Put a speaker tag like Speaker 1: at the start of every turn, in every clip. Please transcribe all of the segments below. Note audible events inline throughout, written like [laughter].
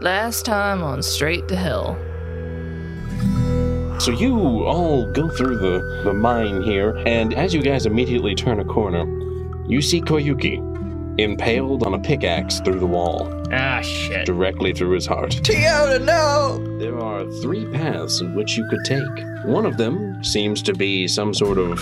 Speaker 1: Last time on Straight to Hell.
Speaker 2: So you all go through the, the mine here, and as you guys immediately turn a corner, you see Koyuki impaled on a pickaxe through the wall,
Speaker 3: Ah, shit.
Speaker 2: directly through his heart.
Speaker 4: Tiona, no!
Speaker 2: There are three paths in which you could take. One of them seems to be some sort of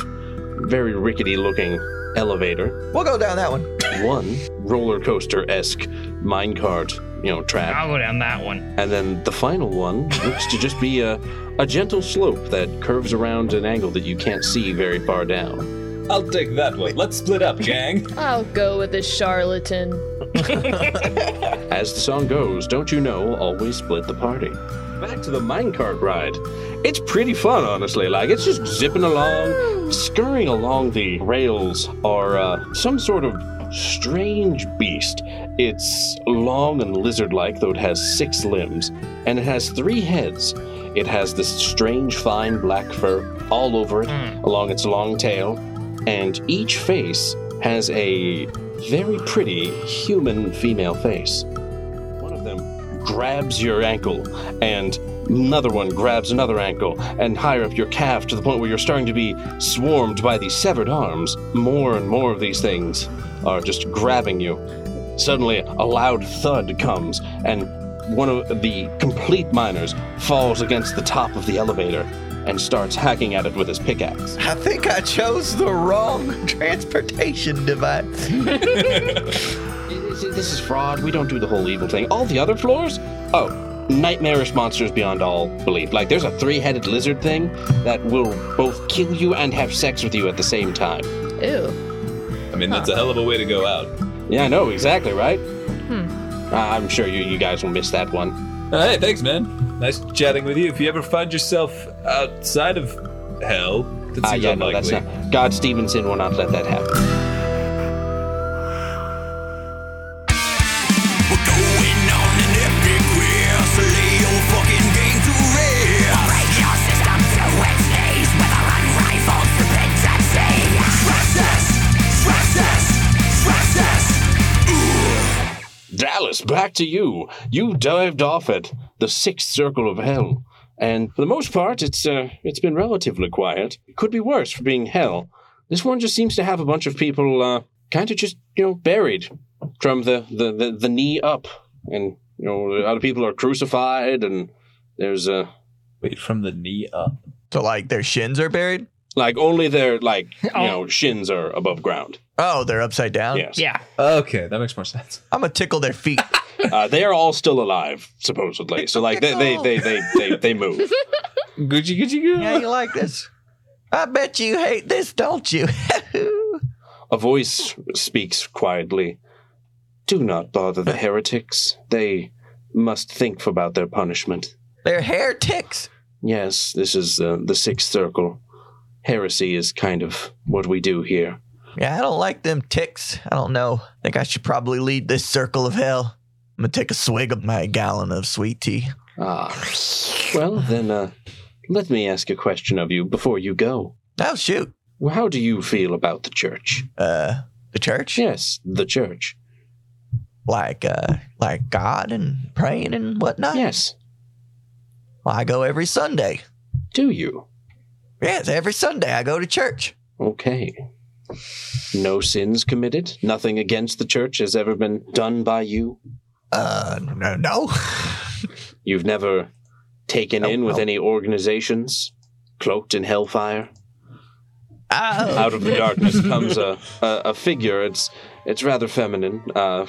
Speaker 2: very rickety looking elevator,
Speaker 4: We'll go down that one.
Speaker 2: one roller coaster esque minecart, you know, track.
Speaker 3: I'll go down that one.
Speaker 2: And then the final one looks to just be a, a gentle slope that curves around an angle that you can't see very far down.
Speaker 5: I'll take that way. Let's split up, gang.
Speaker 6: I'll go with the charlatan.
Speaker 2: As the song goes, don't you know, always split the party. Back to the minecart ride. It's pretty fun, honestly. Like, it's just zipping along. Scurrying along the rails are uh, some sort of strange beast. It's long and lizard like, though it has six limbs, and it has three heads. It has this strange, fine black fur all over it, along its long tail, and each face has a very pretty human female face. One of them grabs your ankle, and another one grabs another ankle, and higher up your calf to the point where you're starting to be swarmed by these severed arms. More and more of these things are just grabbing you. Suddenly, a loud thud comes, and one of the complete miners falls against the top of the elevator and starts hacking at it with his pickaxe.
Speaker 4: I think I chose the wrong [laughs] transportation device.
Speaker 2: This is- this is fraud. We don't do the whole evil thing. All the other floors? Oh, nightmarish monsters beyond all belief. Like, there's a three headed lizard thing that will both kill you and have sex with you at the same time.
Speaker 6: Ew.
Speaker 5: I mean, that's a hell of a way to go out.
Speaker 2: Yeah, I know, exactly, right? Hmm. I'm sure you, you guys will miss that one.
Speaker 5: Uh, hey, thanks, man. Nice chatting with you. If you ever find yourself outside of hell, that
Speaker 2: Ah,
Speaker 5: seems
Speaker 2: yeah, no,
Speaker 5: unlikely.
Speaker 2: that's not. God Stevenson will not let that happen.
Speaker 7: We're going on an epic quest. Lay your fucking game to rest. Break your system to its knees with our unrivaled stupidity. Stress test, stress test, stress test.
Speaker 2: Dallas, back to you. You dived off at the sixth circle of hell, and for the most part, it's uh, it's been relatively quiet. It could be worse for being hell. This one just seems to have a bunch of people uh, kind of just you know buried from the, the, the, the knee up, and you know other people are crucified, and there's uh,
Speaker 5: Wait, from the knee up.
Speaker 4: So, like, their shins are buried?
Speaker 2: like only their like you
Speaker 3: Oh.
Speaker 2: know shins are above ground.
Speaker 4: Oh, they're upside down?
Speaker 2: Yes,
Speaker 3: Yeah.
Speaker 5: Okay, that makes more sense.
Speaker 4: I'm going to tickle their feet.
Speaker 2: uh, they are all still alive supposedly. So like they they they they they, they move.
Speaker 5: Gucci, Gucci, Gucci.
Speaker 4: yeah, you like this? I bet you hate this, don't you? [laughs]
Speaker 2: A voice speaks quietly. Do not bother the heretics. They must think about their punishment.
Speaker 4: their hair ticks.
Speaker 2: Yes, this is uh, the sixth circle. Heresy is kind of what we do here.
Speaker 4: Yeah, I don't like them ticks. I don't know. I think I should probably lead this circle of hell. I'm gonna take a swig of my gallon of sweet tea.
Speaker 2: Ah. Well, then, uh, let me ask a question of you before you go.
Speaker 4: Oh shoot.
Speaker 2: How do you feel about the church?
Speaker 4: Uh the church?
Speaker 2: Yes, the church.
Speaker 4: Like uh like God and praying and whatnot.
Speaker 2: Yes,
Speaker 4: Well, I go every Sunday.
Speaker 2: do you?
Speaker 4: Yes, every Sunday I go to church.
Speaker 2: Okay. No sins committed? Nothing against the church has ever been done by you?
Speaker 4: Uh no no.
Speaker 2: You've never taken in with
Speaker 4: no.
Speaker 2: any organizations cloaked in hellfire.
Speaker 4: Uh,
Speaker 2: Out of [laughs] the darkness comes a, a, a figure. It's it's rather feminine, uh,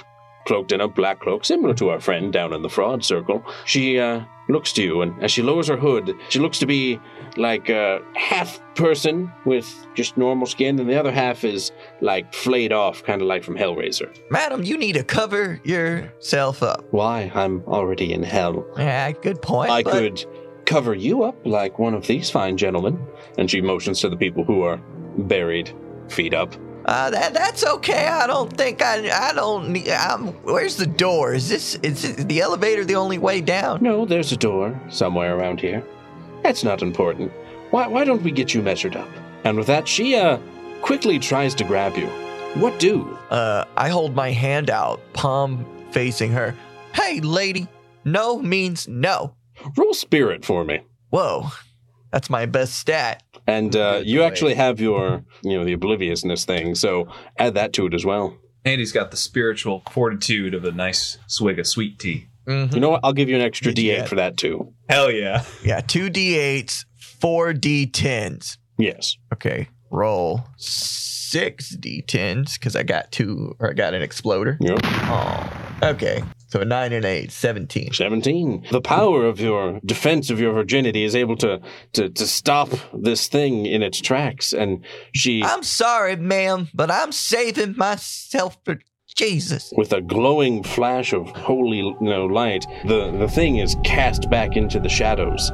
Speaker 2: cloaked in a black cloak, similar to our friend down in the fraud circle. She uh, looks to you, and as she lowers her hood, she looks to be like a half person with just normal skin, and the other half is like flayed off, kind of like from Hellraiser.
Speaker 4: madam, you need to cover yourself up.
Speaker 2: Why? I'm already in hell.
Speaker 4: Yeah, good point.
Speaker 2: I
Speaker 4: but
Speaker 2: could cover you up like one of these fine gentlemen. And she motions to the people who are buried, feet up.
Speaker 4: Uh, that that's okay. I don't think I I don't need. I'm, where's the door? Is this is it- the elevator the only way down?
Speaker 2: No, there's a door somewhere around here. That's not important. Why, why don't we get you measured up? And with that, she uh, quickly tries to grab you. What do?
Speaker 4: Uh, I hold my hand out, palm facing her. Hey, lady, No means no.
Speaker 2: Roll spirit for me.
Speaker 4: Whoa, that's my best stat.
Speaker 2: And uh,
Speaker 3: Good
Speaker 2: you
Speaker 3: boy.
Speaker 2: actually have your, you know, the obliviousness thing, so add that to it as well.
Speaker 5: Andy's got the spiritual fortitude of a nice swig of sweet tea.
Speaker 4: Mhm.
Speaker 2: You know what? I'll give you an extra
Speaker 4: Did you
Speaker 2: D8
Speaker 4: add-
Speaker 2: for that too.
Speaker 5: Hell yeah.
Speaker 4: Yeah, two d8s, four d10s.
Speaker 2: Yes.
Speaker 4: Okay, roll six d10s because I got two or I got an exploder.
Speaker 2: Yep.
Speaker 4: Oh, okay. So a nine and eight, 17.
Speaker 2: 17. The power of your defense of your virginity is able to, to, to stop this thing in its tracks. And she,
Speaker 4: I'm sorry, ma'am, but I'm saving myself for Jesus.
Speaker 2: with a glowing flash of holy you know, light, the, the thing is cast back into the shadows.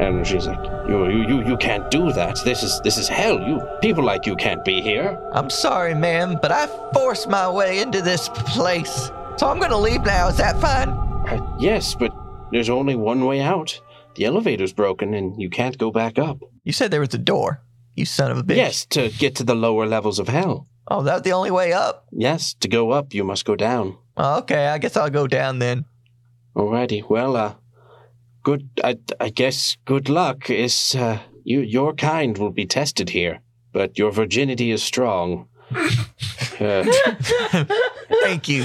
Speaker 2: And she's like, you, you, you, you can't do that. This is, this is hell. You People like you can't be here.
Speaker 4: I'm sorry, ma'am, but I forced my way into this place. So I'm gonna leave now. Is that fine?
Speaker 2: Uh, yes, but there's only one way out. The elevator's broken and you can't go back up.
Speaker 4: You said there was a door. You son of a bitch.
Speaker 2: Yes, to get to the lower levels of hell.
Speaker 4: Oh, that was the only way up.
Speaker 2: Yes, to go up, you must go down.
Speaker 4: Oh, okay, I guess I'll go down then.
Speaker 2: Alrighty, well, uh, good, I, I guess good luck is, uh, you, your kind will be tested here, but your virginity is strong. uh,
Speaker 4: Thank you.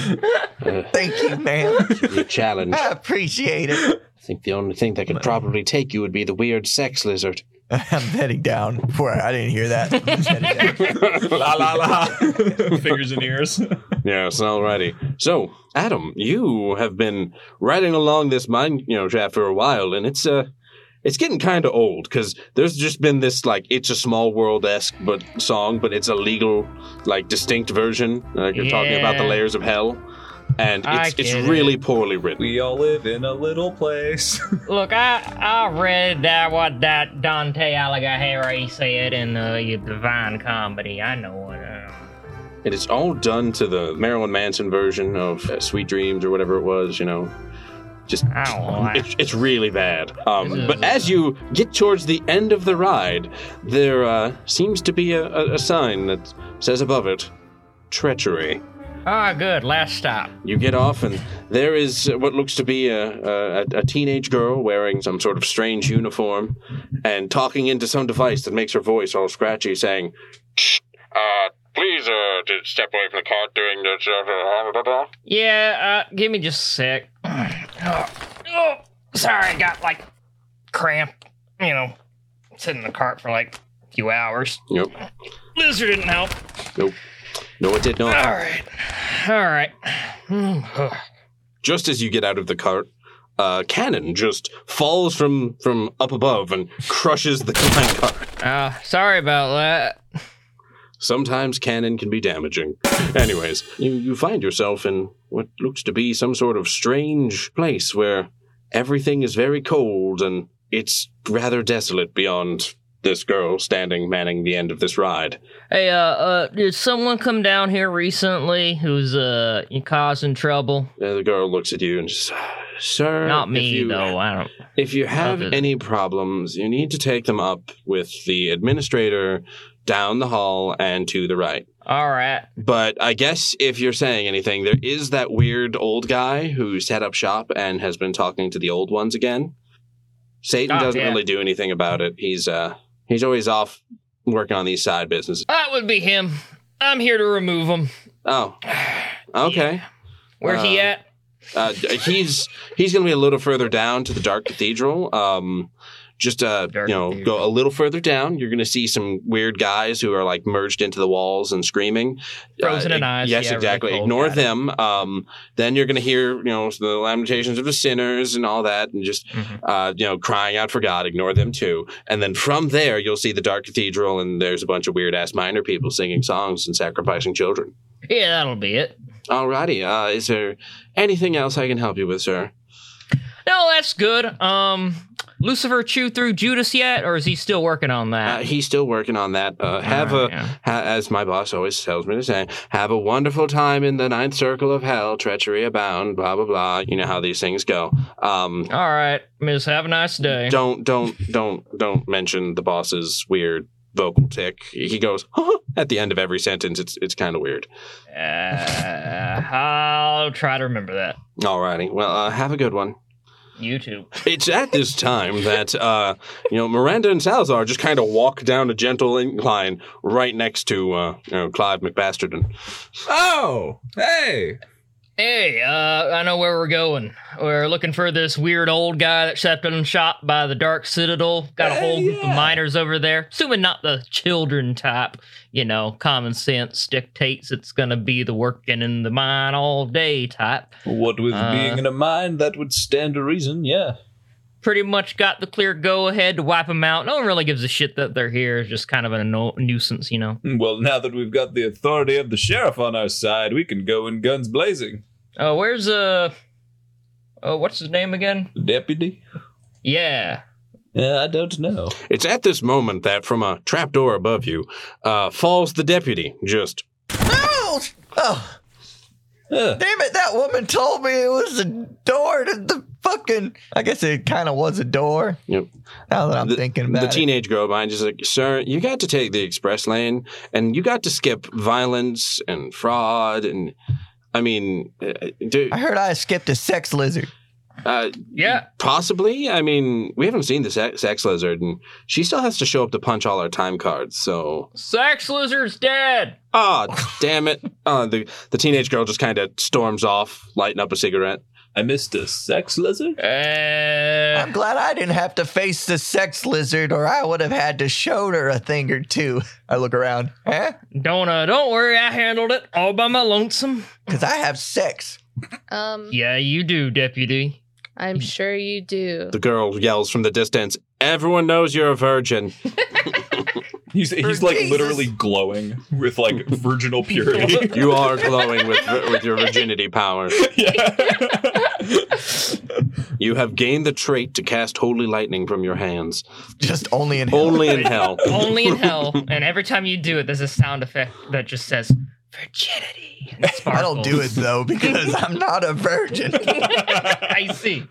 Speaker 4: Thank you, ma'am.
Speaker 2: your challenge.
Speaker 4: I appreciate it.
Speaker 2: I think the only thing that could probably take you would be the weird sex lizard.
Speaker 4: [laughs] I'm heading down. Before I didn't hear that. I'm heading down.
Speaker 5: [laughs] la la la. [laughs] Fingers and ears.
Speaker 2: Yes, alrighty. So, Adam, you have been riding along this mine, you know, shaft for a while, and it's uh it's getting kind of old because there's just been this like "It's a Small World" esque but song, but it's a legal, like distinct version. Like you're talking about the
Speaker 1: Yeah.
Speaker 2: layers of hell, and
Speaker 1: I
Speaker 2: it's it's
Speaker 1: get it.
Speaker 2: really poorly written.
Speaker 5: We all live in a little place.
Speaker 1: Look, I I read that what that Dante Alighieri said in the Divine Comedy. I know what. Uh,
Speaker 2: And it's all done to the Marilyn Manson version of uh, "Sweet Dreams" or whatever it was. You know, just
Speaker 1: I don't
Speaker 2: [laughs]
Speaker 1: like.
Speaker 2: It's, it's really bad.
Speaker 1: This
Speaker 2: Um,
Speaker 1: is-
Speaker 2: but as you get towards the end of the ride, there uh, seems to be a, a, a sign that says above it, treachery.
Speaker 1: Ah, good. Last stop.
Speaker 2: You get off, and there is what looks to be a, a, a teenage girl wearing some sort of strange uniform and talking into some device that makes her voice all scratchy, saying,
Speaker 8: Uh, please, uh, to step away from the cart during the.
Speaker 1: Yeah. Uh, give me just a sec. [clears throat] oh, oh, sorry, I got like cramp. You know, sitting in the cart for like a few hours.
Speaker 2: Nope,
Speaker 1: Lizard didn't help.
Speaker 2: nope. No, it did not.
Speaker 1: All right. All right. [sighs] Mm,
Speaker 2: just as you get out of the cart, uh, Cannon just falls from, from up above and crushes the [laughs] mine cart.
Speaker 1: Uh, sorry about that.
Speaker 2: Sometimes cannon can be damaging. Anyways, you, you find yourself in what looks to be some sort of strange place where everything is very cold and it's rather desolate beyond this girl standing manning the end of this ride.
Speaker 1: Hey, uh, uh, did someone come down here recently who's, uh, causing trouble?
Speaker 2: Uh, the girl looks at you and says, Sir,
Speaker 1: Not
Speaker 2: Mm, if
Speaker 1: me,
Speaker 2: you-
Speaker 1: though. I don't.
Speaker 2: If you have
Speaker 1: Others.
Speaker 2: any problems, you need to take them up with the administrator down the hall and to the right.
Speaker 1: All right.
Speaker 2: But I guess if you're saying anything, there is that weird old guy who set up shop and has been talking to the old ones again. Satan
Speaker 1: Ah,
Speaker 2: doesn't
Speaker 1: yeah.
Speaker 2: really do anything about it. He's uh he's always off working on these side businesses.
Speaker 1: That would be him. I'm here to remove him. [sighs]
Speaker 2: Oh. Okay.
Speaker 1: Where's he
Speaker 2: Uh,
Speaker 1: at?
Speaker 2: Uh, d- he's he's going to be a little further down to the Dark Cathedral. Um, just uh,
Speaker 1: Dark
Speaker 2: you know,
Speaker 1: Cathedral.
Speaker 2: go a little further down. You're going to see some weird guys who are like merged into the walls and screaming.
Speaker 1: Frozen in
Speaker 2: ig-
Speaker 1: ice.
Speaker 2: Yes,
Speaker 1: Yeah, really
Speaker 2: exactly.
Speaker 1: cold.
Speaker 2: Ignore
Speaker 1: Got it.
Speaker 2: them. Um, then you're going to hear you know the lamentations of the sinners and all that, and just
Speaker 1: Mhm.
Speaker 2: uh, you know crying out for God. Ignore them too. And then from there, you'll see the Dark Cathedral, and there's a bunch of weird ass minor people singing songs and sacrificing children.
Speaker 1: Yeah, that'll be it.
Speaker 2: Alrighty. Uh, is there anything else I can help you with, sir?
Speaker 1: No, that's good. Um, Lucifer chewed through Judas yet, or is he still working on
Speaker 2: Uh,
Speaker 1: that?
Speaker 2: he's still working on that. Uh, have
Speaker 1: All
Speaker 2: a,
Speaker 1: right, yeah.
Speaker 2: ha, as my boss always tells me to say, have a wonderful time in the ninth circle of hell, treachery abound, blah blah blah. You know how these things go. Um,
Speaker 1: All right, Miss. Have a nice day.
Speaker 2: don't don't don't don't mention the boss's weird vocal tick. He goes [laughs] huh? at the end of every sentence. It's it's kind of weird.
Speaker 1: Uh, I'll try to remember that.
Speaker 2: Alrighty. Well, uh, have a good one.
Speaker 1: YouTube.
Speaker 2: It's at this time that uh, you know Miranda and Salazar just kind of walk down a gentle incline right next to uh, you know, Clive McBasterden.
Speaker 5: Oh, hey.
Speaker 1: Hey, uh, I know where we're going. We're looking for this weird old guy that's up and shot by the Dark Citadel. Got a
Speaker 5: Hey,
Speaker 1: whole group
Speaker 5: yeah.
Speaker 1: of miners over there. Assuming not the children type, you know, common sense dictates it's gonna be the working in the mine all day type.
Speaker 5: What with
Speaker 1: Uh.
Speaker 5: being in a mine, that would stand to reason, yeah.
Speaker 1: Pretty much got the clear go ahead to wipe them out. No one really gives a shit that they're here. It's just kind of a no- nuisance, you know.
Speaker 5: Well, now that we've got the authority of the sheriff on our side, we can go in guns blazing.
Speaker 1: Uh, where's uh, uh, what's his name again?
Speaker 5: Deputy?
Speaker 1: Yeah,
Speaker 5: Yeah, Uh, I don't know.
Speaker 2: It's at this moment that from a trapdoor above you uh, falls the deputy. Just
Speaker 4: [laughs] Ouch! Oh,
Speaker 5: Huh.
Speaker 4: damn it. That woman told me it was a door to the fucking. I guess it kind of was a door.
Speaker 2: Yep.
Speaker 4: Now that I'm
Speaker 2: the,
Speaker 4: thinking about
Speaker 2: the
Speaker 4: it.
Speaker 2: teenage girl behind you is like, "Sir, you got to take the express lane, and you got to skip violence and fraud and." I mean, uh, do,
Speaker 4: I heard I skipped a sex lizard.
Speaker 2: uh,
Speaker 1: yeah.
Speaker 2: Possibly. I mean, we haven't seen the sex, sex lizard, and she still has to show up to punch all our time cards. So,
Speaker 1: Sax lizard's dead.
Speaker 2: ah, damn
Speaker 4: [laughs]
Speaker 2: it! Uh, the the teenage girl just kind of storms off, lighting up a cigarette.
Speaker 5: I missed a sex lizard?
Speaker 1: Uh,
Speaker 4: I'm glad I didn't have to face the sex lizard, or I would have had to show her a thing or two. I look around, huh?
Speaker 1: don't uh, don't worry, I handled it all by my lonesome.
Speaker 4: Because I have sex.
Speaker 6: Um,
Speaker 1: Yeah, you do, deputy.
Speaker 6: I'm sure you do.
Speaker 2: The girl yells from the distance, "Everyone knows you're a virgin."
Speaker 5: He's, he's like
Speaker 4: Jesus.
Speaker 5: literally glowing
Speaker 2: [laughs]
Speaker 5: with like virginal purity.
Speaker 2: You are glowing with with your virginity power. You have gained the trait to cast holy lightning from your hands.
Speaker 4: Just only in hell.
Speaker 2: Only in hell. [laughs]
Speaker 1: Only in hell. And every time you do it, there's a sound effect that just says virginity. and
Speaker 4: [laughs] I don't do it
Speaker 1: sparkles.
Speaker 4: though because I'm not
Speaker 2: [laughs]
Speaker 4: a virgin.
Speaker 1: I see.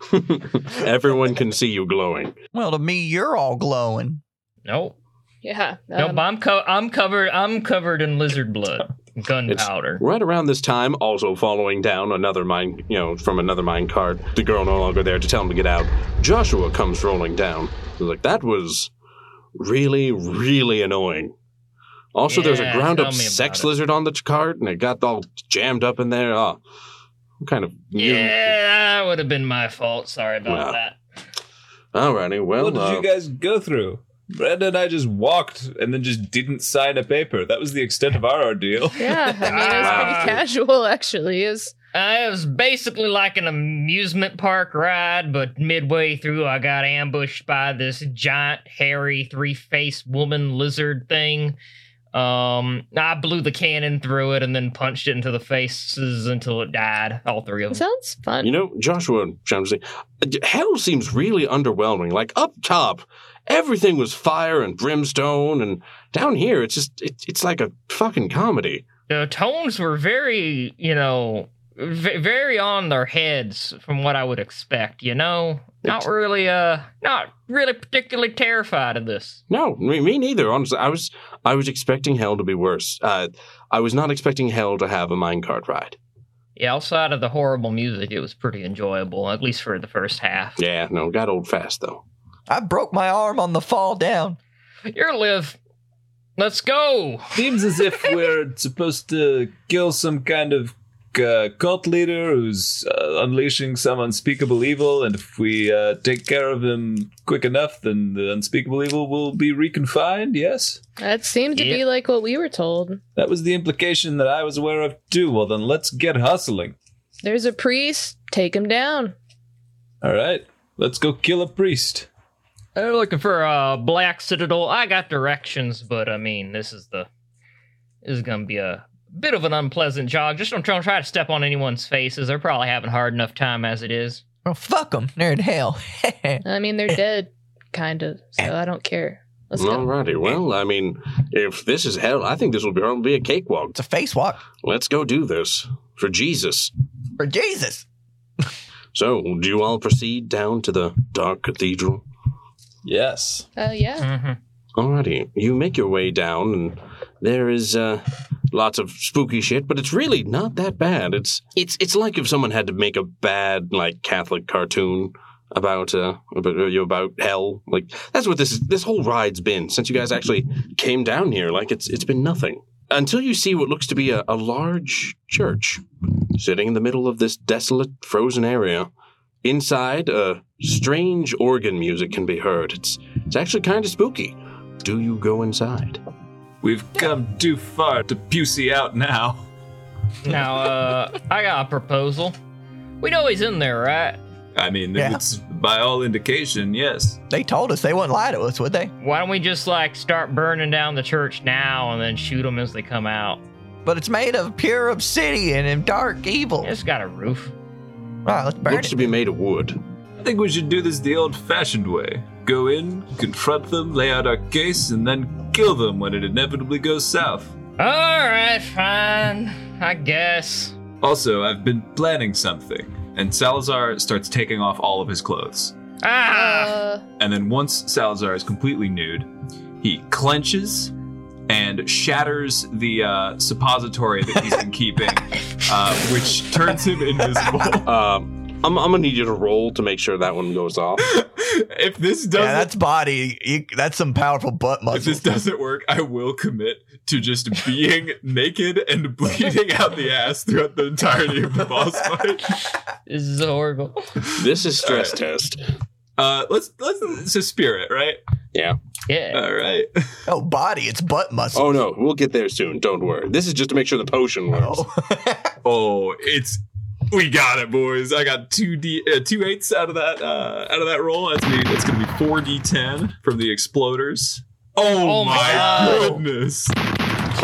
Speaker 2: Everyone can see you glowing.
Speaker 4: well, to me, you're all glowing.
Speaker 1: Nope.
Speaker 6: Yeah.
Speaker 1: Nope.
Speaker 6: um,
Speaker 1: I'm co- I'm covered. I'm covered in lizard blood, gunpowder.
Speaker 2: Right around this time, also following down another mine, you know, from another mine cart, the girl no longer there to tell him to get out, Joshua comes rolling down. He's like, that was really, really annoying. Also, there's a
Speaker 1: Yeah,
Speaker 2: ground
Speaker 1: tell
Speaker 2: up
Speaker 1: me about
Speaker 2: sex
Speaker 1: it.
Speaker 2: lizard on the cart, and it got all jammed up in there. Oh, what kind of. new-
Speaker 1: Yeah, that would have been my fault. Sorry about
Speaker 2: Wow.
Speaker 1: that.
Speaker 2: Alrighty, well.
Speaker 5: what did
Speaker 2: uh,
Speaker 5: you guys go through? Brenda and I just walked and then just didn't sign a paper. That was the extent of our ordeal.
Speaker 6: yeah. I mean, it was
Speaker 1: Ah. [laughs]
Speaker 6: pretty casual, actually. It was,
Speaker 1: Uh, it was basically like an amusement park ride, but midway through, I got ambushed by this giant, hairy, three-faced woman lizard thing. Um, I blew the cannon through it and then punched it into the faces until it died. All three of
Speaker 6: it
Speaker 1: them.
Speaker 6: sounds fun.
Speaker 2: You know, Joshua jumps in. Hell seems really underwhelming. Like up top, everything was fire and brimstone, and down here, it's just it, it's like a fucking comedy.
Speaker 1: The tones were very, you know, v- very on their heads from what I would expect. You know, not really, uh, not really particularly terrified of this.
Speaker 2: No, me, me neither. Honestly, I was I was expecting Hell to be worse. Uh, I was not expecting Hell to have a minecart ride.
Speaker 1: Yeah, outside of the horrible music, it was pretty enjoyable, at least for the first half.
Speaker 2: Yeah, no, got old fast though.
Speaker 4: I broke my arm on the fall down.
Speaker 1: You're live. Let's go.
Speaker 5: Seems as if we're supposed to kill some kind of uh, cult leader who's uh, unleashing some unspeakable evil, and if we uh, take care of him quick enough, then the unspeakable evil will be reconfined, yes?
Speaker 6: That seemed to
Speaker 1: Yeah.
Speaker 6: be like what we were told.
Speaker 5: That was the implication that I was aware of too. Well, then let's get hustling.
Speaker 6: There's a priest. Take him down.
Speaker 5: All right, let's go kill a priest.
Speaker 1: They're looking for a black citadel. I got directions, but I mean, this is the this is gonna be a bit of an unpleasant jog. Just don't try, try to step on anyone's faces. They're probably having a hard enough time as it is.
Speaker 4: Well, fuck them. They're in hell. [laughs]
Speaker 6: I mean,
Speaker 1: [laughs]
Speaker 6: they're dead, kind of. So I don't care. Let's go.
Speaker 2: Alrighty, well, I mean, if this is Hell, I think this will be, will be a cakewalk.
Speaker 4: it's a face walk
Speaker 2: Let's go do this for Jesus.
Speaker 4: for Jesus.
Speaker 2: So, do you all proceed down to the dark cathedral?
Speaker 5: Yes.
Speaker 6: Uh, yeah.
Speaker 1: hmm
Speaker 2: Alrighty, you make your way down, and there is uh, lots of spooky shit, but it's really not that bad. It's it's it's like if someone had to make a bad like Catholic cartoon. about uh about you know, about hell. Like that's what this this whole ride's been since you guys actually came down here. Like it's it's been nothing until you see what looks to be a, a large church sitting in the middle of this desolate frozen area. Inside, uh, strange organ music can be heard. It's it's actually kind of spooky. Do you go inside?
Speaker 5: We've come too far to pussy out now.
Speaker 1: Now, uh, I got a proposal. We know he's in there, right?
Speaker 5: I mean,
Speaker 4: Yeah.
Speaker 5: it's by all indication, yes.
Speaker 4: They told us they wouldn't lie to us, would they?
Speaker 1: Why don't we just like start burning down the church now and then shoot them as they come out?
Speaker 4: But it's made of pure obsidian and dark evil.
Speaker 1: It's got a roof.
Speaker 4: All right, let's burn
Speaker 2: looks
Speaker 4: it.
Speaker 2: to be made of wood.
Speaker 5: I think we should do this the old fashioned way go in, confront them, lay out our case, and then kill them when it inevitably goes south.
Speaker 1: All right, fine. I guess.
Speaker 5: Also, I've been planning something. And Salazar starts taking off all of his clothes.
Speaker 1: Ah,
Speaker 6: Uh,
Speaker 5: And then once Salazar is completely nude, he clenches and shatters the uh, suppository that he's been keeping, uh, which turns him invisible. [laughs]
Speaker 2: Um, I'm, I'm gonna need you to roll to make sure that one goes off.
Speaker 5: if this
Speaker 4: yeah,
Speaker 5: doesn't,
Speaker 4: that's body. You, that's some powerful butt
Speaker 5: if this
Speaker 4: muscles.
Speaker 5: doesn't work, I will commit to just
Speaker 1: [laughs]
Speaker 5: being naked and bleeding out the ass throughout the entirety of
Speaker 1: [laughs]
Speaker 5: the boss fight.
Speaker 1: this is horrible.
Speaker 2: This is stress
Speaker 5: Alright.
Speaker 2: test.
Speaker 5: Uh, let's let's so spirit, right?
Speaker 1: Yeah.
Speaker 5: All right.
Speaker 4: Oh, body. It's butt muscles.
Speaker 2: Oh no, we'll get there soon. Don't worry. This is just to make sure the potion works.
Speaker 5: Oh, it's we got it, boys. I got two d uh, two eights out of that uh, out of that roll. That's gonna be, that's gonna be four d ten from the exploders. Oh,
Speaker 1: Oh my
Speaker 5: my
Speaker 1: God.
Speaker 5: goodness.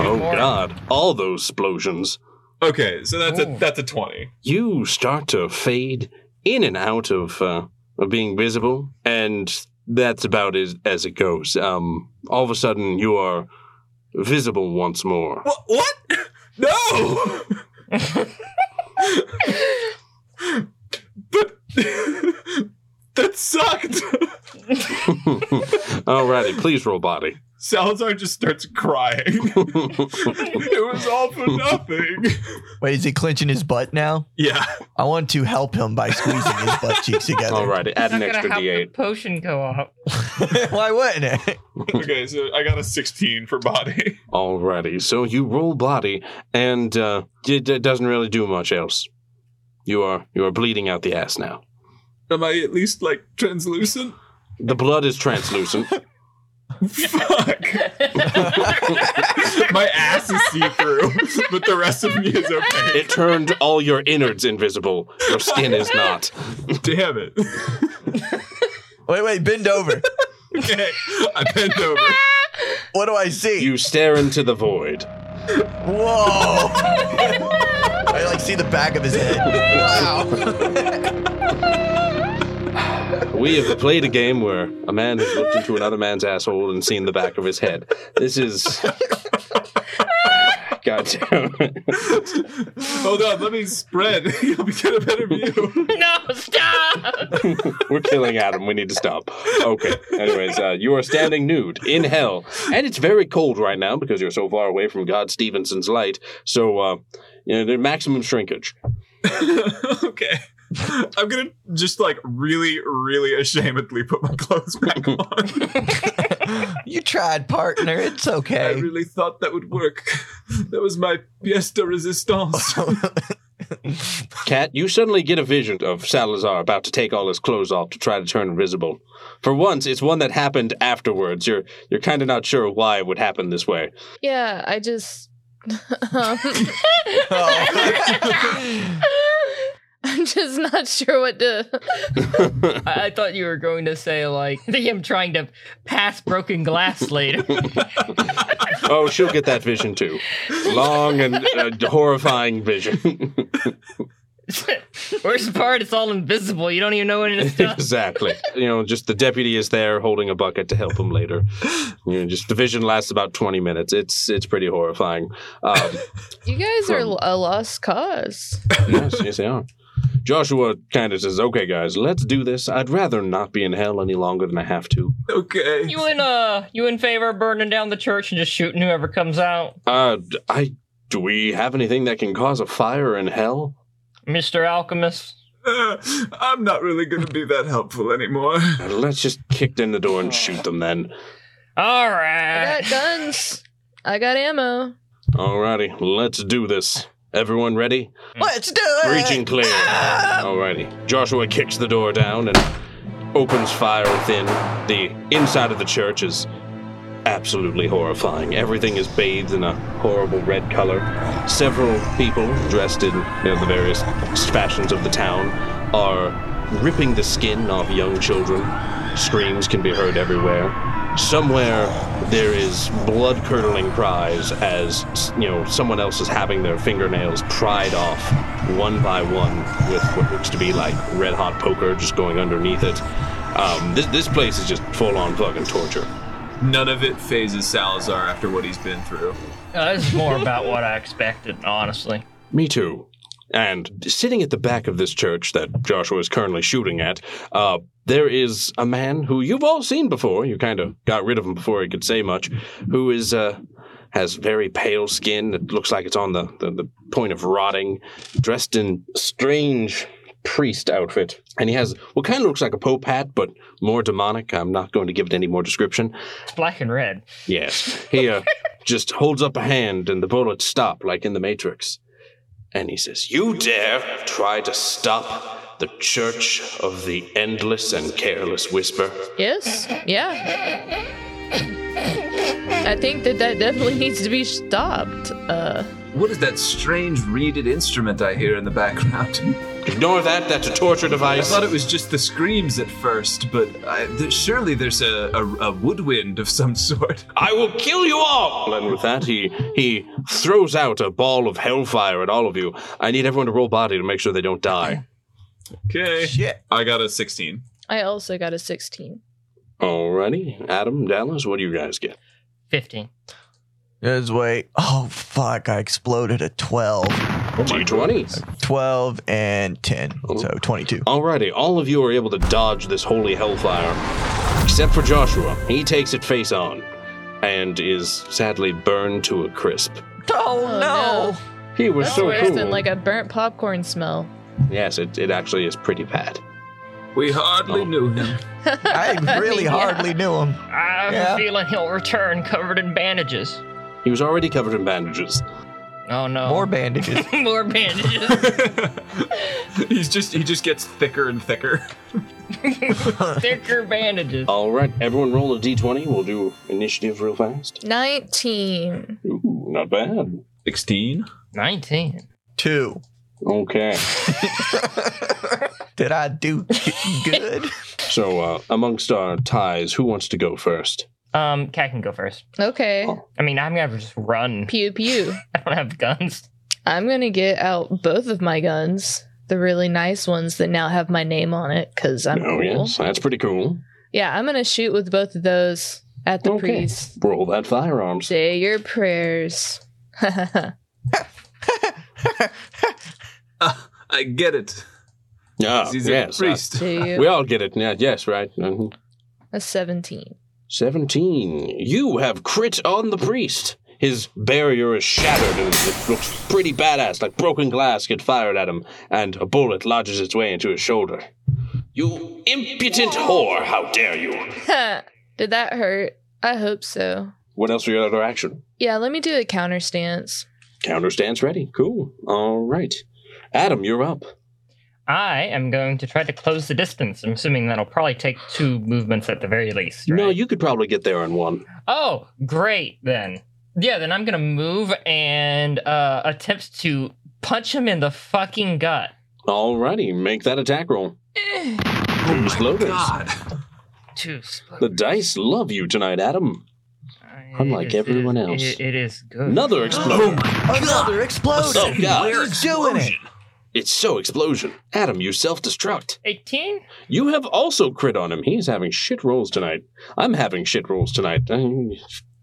Speaker 2: Oh
Speaker 1: more.
Speaker 2: god, all those explosions.
Speaker 5: Okay, so that's
Speaker 1: Ooh.
Speaker 5: a that's a twenty.
Speaker 2: You start to fade in and out of uh, of being visible, and that's about as as it goes. Um, all of a sudden, you are visible once more. [laughs]
Speaker 5: What? What? No. but that sucked.
Speaker 2: Alrighty, please roll body. [laughs]
Speaker 5: Salazar just starts crying. it was all for nothing.
Speaker 4: Wait, is he clenching his butt now?
Speaker 5: Yeah.
Speaker 4: I want to help him by squeezing his butt
Speaker 5: [laughs]
Speaker 4: cheeks together.
Speaker 2: Alrighty, add an
Speaker 1: Not gonna
Speaker 2: extra
Speaker 1: help
Speaker 2: d8.
Speaker 1: the potion go up.
Speaker 4: Why wouldn't it?
Speaker 5: Okay, so I got a sixteen for body.
Speaker 2: Alrighty, so you roll body, and uh, it, it doesn't really do much else. You are you are bleeding out the ass now.
Speaker 5: Am I at least like translucent?
Speaker 2: The blood is
Speaker 1: [laughs]
Speaker 2: translucent.
Speaker 5: Fuck. My ass is see through, but the rest of me is okay.
Speaker 2: it turned all your innards invisible. Your skin is not.
Speaker 5: Damn it.
Speaker 4: Wait, wait, bend over.
Speaker 5: Okay, I bend over.
Speaker 4: What do I see?
Speaker 2: You stare into the void.
Speaker 4: Whoa! [laughs] I like see the back of his
Speaker 5: [laughs]
Speaker 4: head. Wow.
Speaker 2: We have played a game where a man has looked into another man's asshole and seen the back of his head. This
Speaker 1: [laughs]
Speaker 2: is. [laughs] God damn it.
Speaker 5: Hold on, let me spread. [laughs] You'll get a better view.
Speaker 1: [laughs] no, stop.
Speaker 2: We're killing Adam. We need to stop. Okay. Anyways, uh, you are standing nude in hell, and it's very cold right now because you're so far away from God Stevenson's light. So, uh, you know, the maximum shrinkage.
Speaker 5: [laughs] okay. I'm gonna just like really, really ashamedly put my clothes back on.
Speaker 4: You tried, partner. It's
Speaker 5: I
Speaker 4: okay.
Speaker 5: really thought that would work. That was my pièce de résistance.
Speaker 2: Cat, you suddenly get a vision of Salazar about to take all his clothes off to try to turn invisible. For once, it's one that happened afterwards. You're you're kind of not sure why it would happen this way.
Speaker 6: yeah, I just. [laughs]
Speaker 1: [laughs]
Speaker 6: um, [laughs]
Speaker 4: Oh.
Speaker 6: I'm just not sure what to.
Speaker 1: I-, I thought you were going to say like [laughs] him trying to pass broken glass later. [laughs]
Speaker 2: Oh, she'll get that vision too. Long and uh, horrifying vision. [laughs]
Speaker 1: Worst part, it's all invisible. You don't even know
Speaker 2: [laughs]
Speaker 1: when it's done.
Speaker 2: exactly. You know, just the deputy is there holding a bucket to help him later. You know, just the vision lasts about twenty minutes. It's it's pretty horrifying. Um,
Speaker 6: You guys are
Speaker 2: From-
Speaker 6: a lost cause.
Speaker 2: yes, yes, they are. Joshua kind of says, "Okay, guys, let's do this. I'd rather not be in hell any longer than I have to."
Speaker 5: okay.
Speaker 1: You in uh, you in favor of burning down the church and just shooting whoever comes out,
Speaker 2: Uh, d- I do we have anything that can cause a fire in hell?
Speaker 1: Mister Alchemist?
Speaker 5: Uh, [laughs] I'm not really going to be that helpful anymore.
Speaker 2: Let's just kick in the door and shoot them then.
Speaker 1: All
Speaker 6: I
Speaker 1: right.
Speaker 6: got
Speaker 2: [laughs]
Speaker 6: guns. I got ammo.
Speaker 2: Alrighty, let's do this. Everyone ready?
Speaker 4: Let's do it.
Speaker 2: Breaching clear. Alrighty. Joshua kicks the door down and opens fire within. The inside of the church is absolutely horrifying. Everything is bathed in a horrible red color. Several people dressed in you know, the various fashions of the town are ripping the skin off young children. Screams can be heard everywhere. Somewhere there is blood-curdling cries as you know someone else is having their fingernails pried off one by one with what looks to be like red-hot poker just going underneath it. Um, this, this place is just full-on fucking torture.
Speaker 5: None of it phases Salazar after what he's been through.
Speaker 1: Uh, this is more about what I expected, honestly.
Speaker 2: Me too. And sitting at the back of this church that Joshua is currently shooting at, uh, there is a man who you've all seen before. You kind of got rid of him before he could say much. Who is uh, has very pale skin that looks like it's on the, the, the point of rotting, dressed in strange priest outfit, and he has what kind of looks like a pope hat, but more demonic. I'm not going to give it any more description.
Speaker 1: It's black and red.
Speaker 2: Yes. He uh, just holds up a hand and the bullets stop, like in the Matrix. And he says, You dare try to stop the Church of the Endless and Careless Whisper?
Speaker 6: Yes. Yeah. I think that that definitely needs to be stopped. Uh,
Speaker 5: What is that strange reeded instrument I hear in the background?
Speaker 2: Ignore that, that's a torture
Speaker 5: I
Speaker 2: device.
Speaker 5: thought it was just the screams at first, but I, th- surely there's a, a, a woodwind of some [laughs] sort.
Speaker 2: I will kill you all! And with that, he, he throws out a ball of hellfire at all of you. I need everyone to roll body to make sure they don't die.
Speaker 5: Okay.
Speaker 4: Shit.
Speaker 5: I got a 16.
Speaker 6: I also got a 16.
Speaker 2: Alrighty. Adam, Dallas, what do you guys get?
Speaker 1: 15.
Speaker 4: Just wait. Oh fuck! I exploded at 12,
Speaker 2: G20s.
Speaker 4: 12 and 10,
Speaker 2: Oh.
Speaker 4: so 22.
Speaker 2: Alrighty, all of you are able to dodge this holy hellfire. Except for Joshua. He takes it face on and is sadly burned to a crisp.
Speaker 4: Oh,
Speaker 6: no.
Speaker 2: He was
Speaker 6: That's
Speaker 2: so
Speaker 6: worse
Speaker 2: cool.
Speaker 6: than like a burnt popcorn smell.
Speaker 2: yes, it, it actually is pretty bad.
Speaker 5: We hardly
Speaker 2: Oh.
Speaker 5: knew him. [laughs]
Speaker 4: [laughs] I really
Speaker 6: Yeah.
Speaker 4: hardly knew him.
Speaker 1: I have
Speaker 4: Yeah.
Speaker 1: a feeling he'll return covered in bandages.
Speaker 2: He was already covered in bandages.
Speaker 1: Oh no. [laughs]
Speaker 4: More [laughs] bandages.
Speaker 1: More bandages.
Speaker 2: [laughs]
Speaker 5: He's just he just gets thicker and thicker.
Speaker 1: Thicker bandages.
Speaker 2: Alright, everyone roll a d20. We'll do initiative real fast.
Speaker 6: 19.
Speaker 2: Ooh, not bad.
Speaker 5: 16.
Speaker 1: 19.
Speaker 4: Two.
Speaker 2: Okay.
Speaker 4: Did I [laughs] do g- good?
Speaker 2: So, uh, amongst our ties, who wants to go first?
Speaker 1: Um, Cat can go first.
Speaker 6: Okay.
Speaker 2: Oh.
Speaker 1: I mean, I'm gonna just run. [laughs]
Speaker 6: Pew pew.
Speaker 1: I don't have guns.
Speaker 6: I'm gonna get out both of my guns, the really nice ones that now have my name on it, because I'm
Speaker 2: Oh,
Speaker 6: cool.
Speaker 2: yes, that's pretty cool.
Speaker 6: Yeah, I'm gonna shoot with both of those at the
Speaker 2: Okay.
Speaker 6: priest.
Speaker 2: Roll that firearms.
Speaker 6: Say your prayers.
Speaker 4: [laughs]
Speaker 5: Ah, I get it.
Speaker 2: Ah,
Speaker 5: He's
Speaker 2: yes.
Speaker 5: a priest.
Speaker 6: Do
Speaker 2: We
Speaker 6: you?
Speaker 2: all get it. Yeah, yes, right. Mhm.
Speaker 6: A 17.
Speaker 2: 17. You have crit on the priest. His barrier is shattered and it looks pretty badass, like broken glass get fired at him, and a bullet lodges its way into his shoulder. You impudent whore, how dare you!
Speaker 6: [laughs] Did that hurt? I hope so.
Speaker 2: What else for your other action?
Speaker 6: Yeah, let me do a counter stance.
Speaker 2: Counter stance ready. Cool. All right. Adam, you're up.
Speaker 1: I am going to try to close the distance. I'm assuming that'll probably take two movements at the very least. Right?
Speaker 2: No, you could probably get there in one.
Speaker 1: Oh, great then. Yeah, then I'm gonna move and uh attempt to punch him in the fucking gut.
Speaker 2: Alrighty, make that attack roll. Two slogans.
Speaker 5: God.
Speaker 1: Two.
Speaker 2: The dice love you tonight, Adam. Unlike
Speaker 1: It is-
Speaker 2: everyone
Speaker 1: it-
Speaker 2: else.
Speaker 1: It, it is good.
Speaker 2: Another explosion.
Speaker 4: Another explosion.
Speaker 2: Oh, God.
Speaker 4: He's doing it.
Speaker 2: It's so explosion. Adam, you self destruct.
Speaker 1: 18?
Speaker 2: You have also crit on him. He's having shit rolls tonight. I'm having shit rolls tonight. Mm,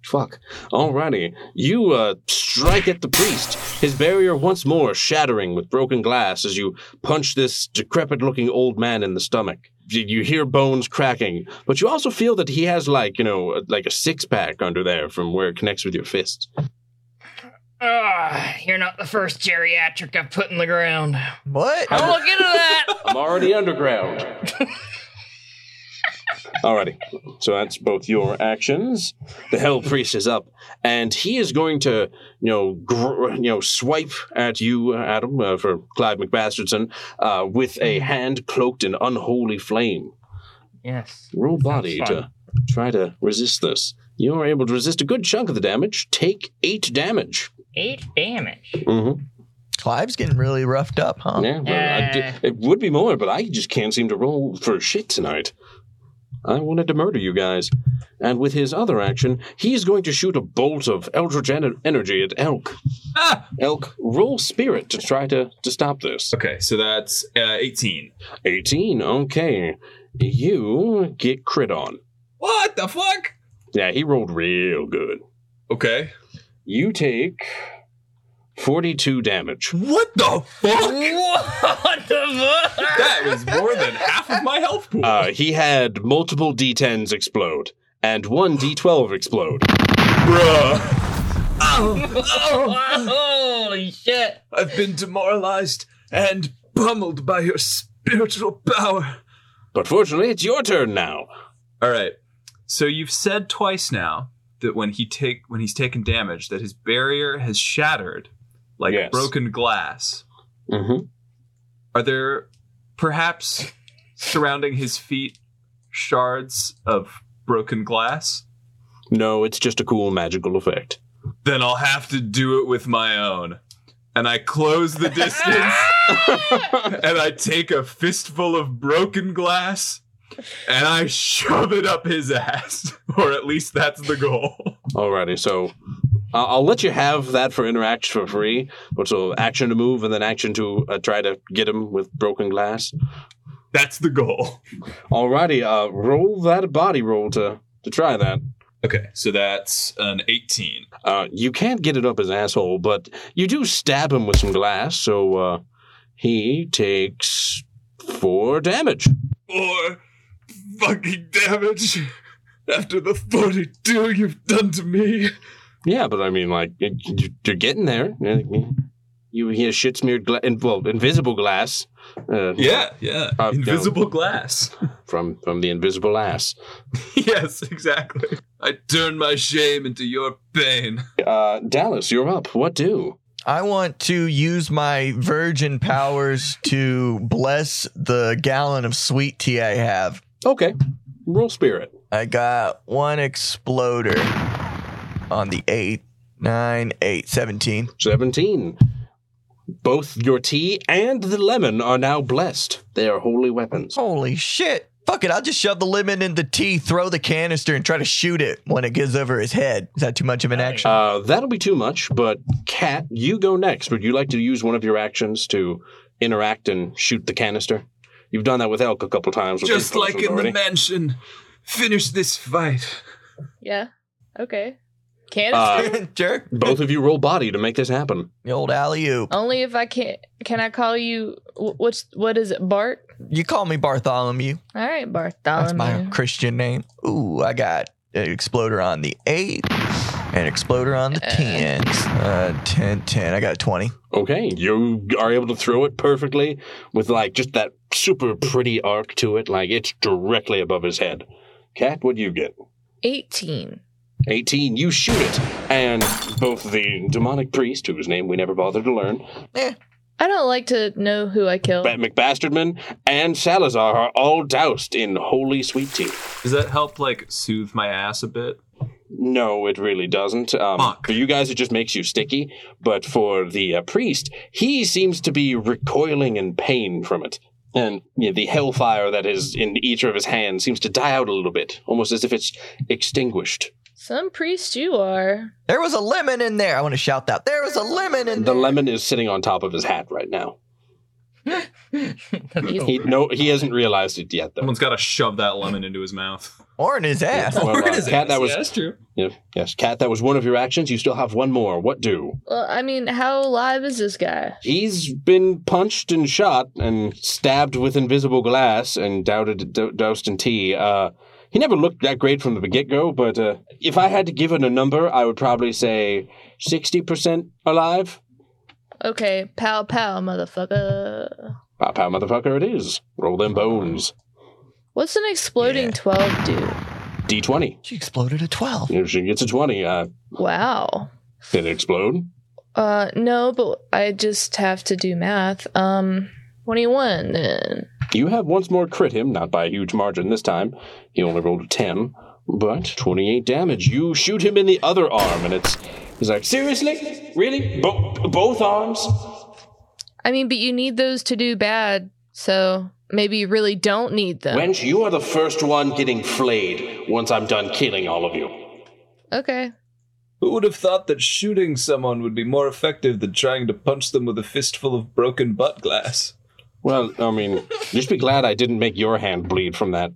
Speaker 2: Fuck. Alrighty. You uh, strike at the priest, his barrier once more shattering with broken glass as you punch this decrepit looking old man in the stomach. You you hear bones cracking, but you also feel that he has, like, you know, like a six pack under there from where it connects with your fist.
Speaker 1: Ah, you're not the first geriatric I've put in the ground.
Speaker 4: What?
Speaker 1: I'll Oh, look into that.
Speaker 2: I'm already underground. [laughs] Alrighty. So that's both your actions. The Hell Priest is up, and he is going to, you know, gr- you know, swipe at you, Adam, uh, for Clive McBastardson, uh, with a hand cloaked in unholy flame.
Speaker 1: [laughs] Yes.
Speaker 2: Roll body
Speaker 1: Sounds
Speaker 2: to try to resist this. You are able to resist a good chunk of the damage. Take eight damage.
Speaker 1: Eight damage.
Speaker 2: Mm-hmm.
Speaker 4: Clive's getting really roughed up, huh?
Speaker 2: Yeah, well, I
Speaker 1: Eh.
Speaker 2: did, it would be more, but I just can't seem to roll for shit tonight. I wanted to murder you guys. And with his other action, he's going to shoot a bolt of eldritch en- energy at Elk.
Speaker 5: [laughs] Ah!
Speaker 2: Elk, roll spirit to try to, to stop this.
Speaker 5: Okay, so that's uh, 18.
Speaker 2: 18, okay. You get crit on.
Speaker 5: What the fuck?
Speaker 2: Yeah, he rolled real good.
Speaker 5: Okay.
Speaker 2: You take 42 damage.
Speaker 5: What the fuck?
Speaker 1: What the fuck? [laughs]
Speaker 5: that was more than half of my health pool.
Speaker 2: Uh, he had multiple D10s explode and one D12 explode.
Speaker 5: Bruh.
Speaker 1: Holy shit.
Speaker 5: I've been demoralized and pummeled by your spiritual power.
Speaker 2: But fortunately, it's your turn now.
Speaker 5: All right. So you've said twice now that when he take when he's taken damage, that his barrier has shattered like
Speaker 2: Yes.
Speaker 5: broken glass.
Speaker 2: Mm-hmm.
Speaker 5: Are there perhaps surrounding his feet shards of broken glass?
Speaker 2: No, it's just a cool magical effect.
Speaker 5: Then I'll have to do it with my own. And I close the distance and I take a fistful of broken glass and I shove it up his ass. [laughs] Or at least that's the goal.
Speaker 2: Alrighty, so I I'll let you have that for interaction for free. But so action to move and then action to uh, try to get him with broken glass.
Speaker 5: That's the goal.
Speaker 2: Alrighty, uh, roll that body roll to to try that.
Speaker 5: Okay, so that's an 18.
Speaker 2: Uh, you can't get it up his asshole, but you do stab him with some glass, so uh, he takes four damage.
Speaker 5: Or fucking damage after the 42 you've done to me.
Speaker 2: Yeah, but I mean, like, y- y- you're getting there. You hear shit smeared, gla- in, well, invisible glass. Uh,
Speaker 5: Yeah, yeah.
Speaker 2: Uh,
Speaker 5: Invisible glass. [laughs]
Speaker 2: From from the invisible ass.
Speaker 5: yes, exactly. I turn my shame into your pain.
Speaker 2: Uh, Dallas, you're up. What do?
Speaker 4: I want to use my virgin powers to bless the gallon of sweet tea I have.
Speaker 2: Okay. Roll spirit.
Speaker 4: I got one exploder on the 8, 9, 8, 17.
Speaker 2: 17. Both your tea and the lemon are now blessed. They are holy weapons.
Speaker 4: Holy shit. Fuck it, I'll just shove the lemon in the tea, throw the canister, and try to shoot it when it gets over his head. Is that too much of an action?
Speaker 2: Uh, that'll be too much, but Kat, you go next. Would you like to use one of your actions to interact and shoot the canister? You've done that with Elk a couple times. with
Speaker 5: Just
Speaker 2: these
Speaker 5: like
Speaker 2: potions
Speaker 5: in the
Speaker 2: already.
Speaker 5: mansion. Finish this fight.
Speaker 6: Yeah. Okay. Can
Speaker 2: Uh,
Speaker 4: [laughs] Jerk.
Speaker 2: both of you roll body to make this happen.
Speaker 4: The old alley oop.
Speaker 6: only if I can. Can I call you? wh- What's what is it? Bart.
Speaker 4: You call me Bartholomew.
Speaker 6: All right,
Speaker 4: That's my
Speaker 6: Bartholomew.
Speaker 4: Christian name. Ooh, I got an exploder on the 8, an exploder on the
Speaker 6: Uh.
Speaker 4: 10. Uh, 10, 10. I got 20.
Speaker 2: Okay, you are able to throw it perfectly with like just that super pretty arc to it. Like it's directly above his head. Kat, what do you get?
Speaker 6: Eighteen.
Speaker 2: 18, you shoot it. And both the demonic priest, whose name we never bothered to learn,
Speaker 6: I don't like to know who I killed.
Speaker 2: Bat McBastardman, and Salazar are all doused in holy sweet tea.
Speaker 5: Does that help, like, soothe my ass a bit?
Speaker 2: No, it really doesn't. Um,
Speaker 5: Fuck.
Speaker 2: For you guys, it just makes you sticky. But for the uh, priest, he seems to be recoiling in pain from it. And you know, the hellfire that is in each of his hands seems to die out a little bit, almost as if it's extinguished.
Speaker 6: Some priest you are.
Speaker 4: There was a lemon in there. I want to shout that. There was a lemon in
Speaker 2: The
Speaker 4: there.
Speaker 2: lemon is sitting on top of his hat right now.
Speaker 6: You-
Speaker 2: He no, he hasn't realized it yet, though.
Speaker 5: Someone's got to shove that lemon into his mouth.
Speaker 4: Or in his ass.
Speaker 2: Well,
Speaker 4: [laughs]
Speaker 2: uh, Kat, that was
Speaker 5: that's true.
Speaker 2: yeah, yes, Kat. That was one of your actions. You still have one more. What do?
Speaker 6: well, I mean, how alive is this guy?
Speaker 2: He's been punched and shot and stabbed with invisible glass and doubted, d- doused in tea. Uh, He never looked that great from the get go, but uh, if I had to give it a number, I would probably say 60% alive.
Speaker 6: Okay, pow pow, motherfucker.
Speaker 2: Pop how motherfucker it is. Roll them bones.
Speaker 6: What's an exploding 12 do?
Speaker 2: D20.
Speaker 4: She exploded a 12.
Speaker 2: If she gets a 20, uh,
Speaker 6: Wow.
Speaker 2: did it explode?
Speaker 6: Uh, no, but I just have to do math. Um, 21 then.
Speaker 2: You have once more crit him, not by a huge margin this time. He only rolled a 10, but 28 damage. You shoot him in the other arm, and it's. He's like, seriously? Really? Bo- both arms?
Speaker 6: I mean, but you need those to do bad, so maybe you really don't need them.
Speaker 2: Wench, you are the first one getting flayed once I'm done killing all of you.
Speaker 6: okay.
Speaker 5: Who would have thought that shooting someone would be more effective than trying to punch them with a fistful of broken butt glass?
Speaker 2: Well, I mean, just be glad I didn't make your hand bleed from that.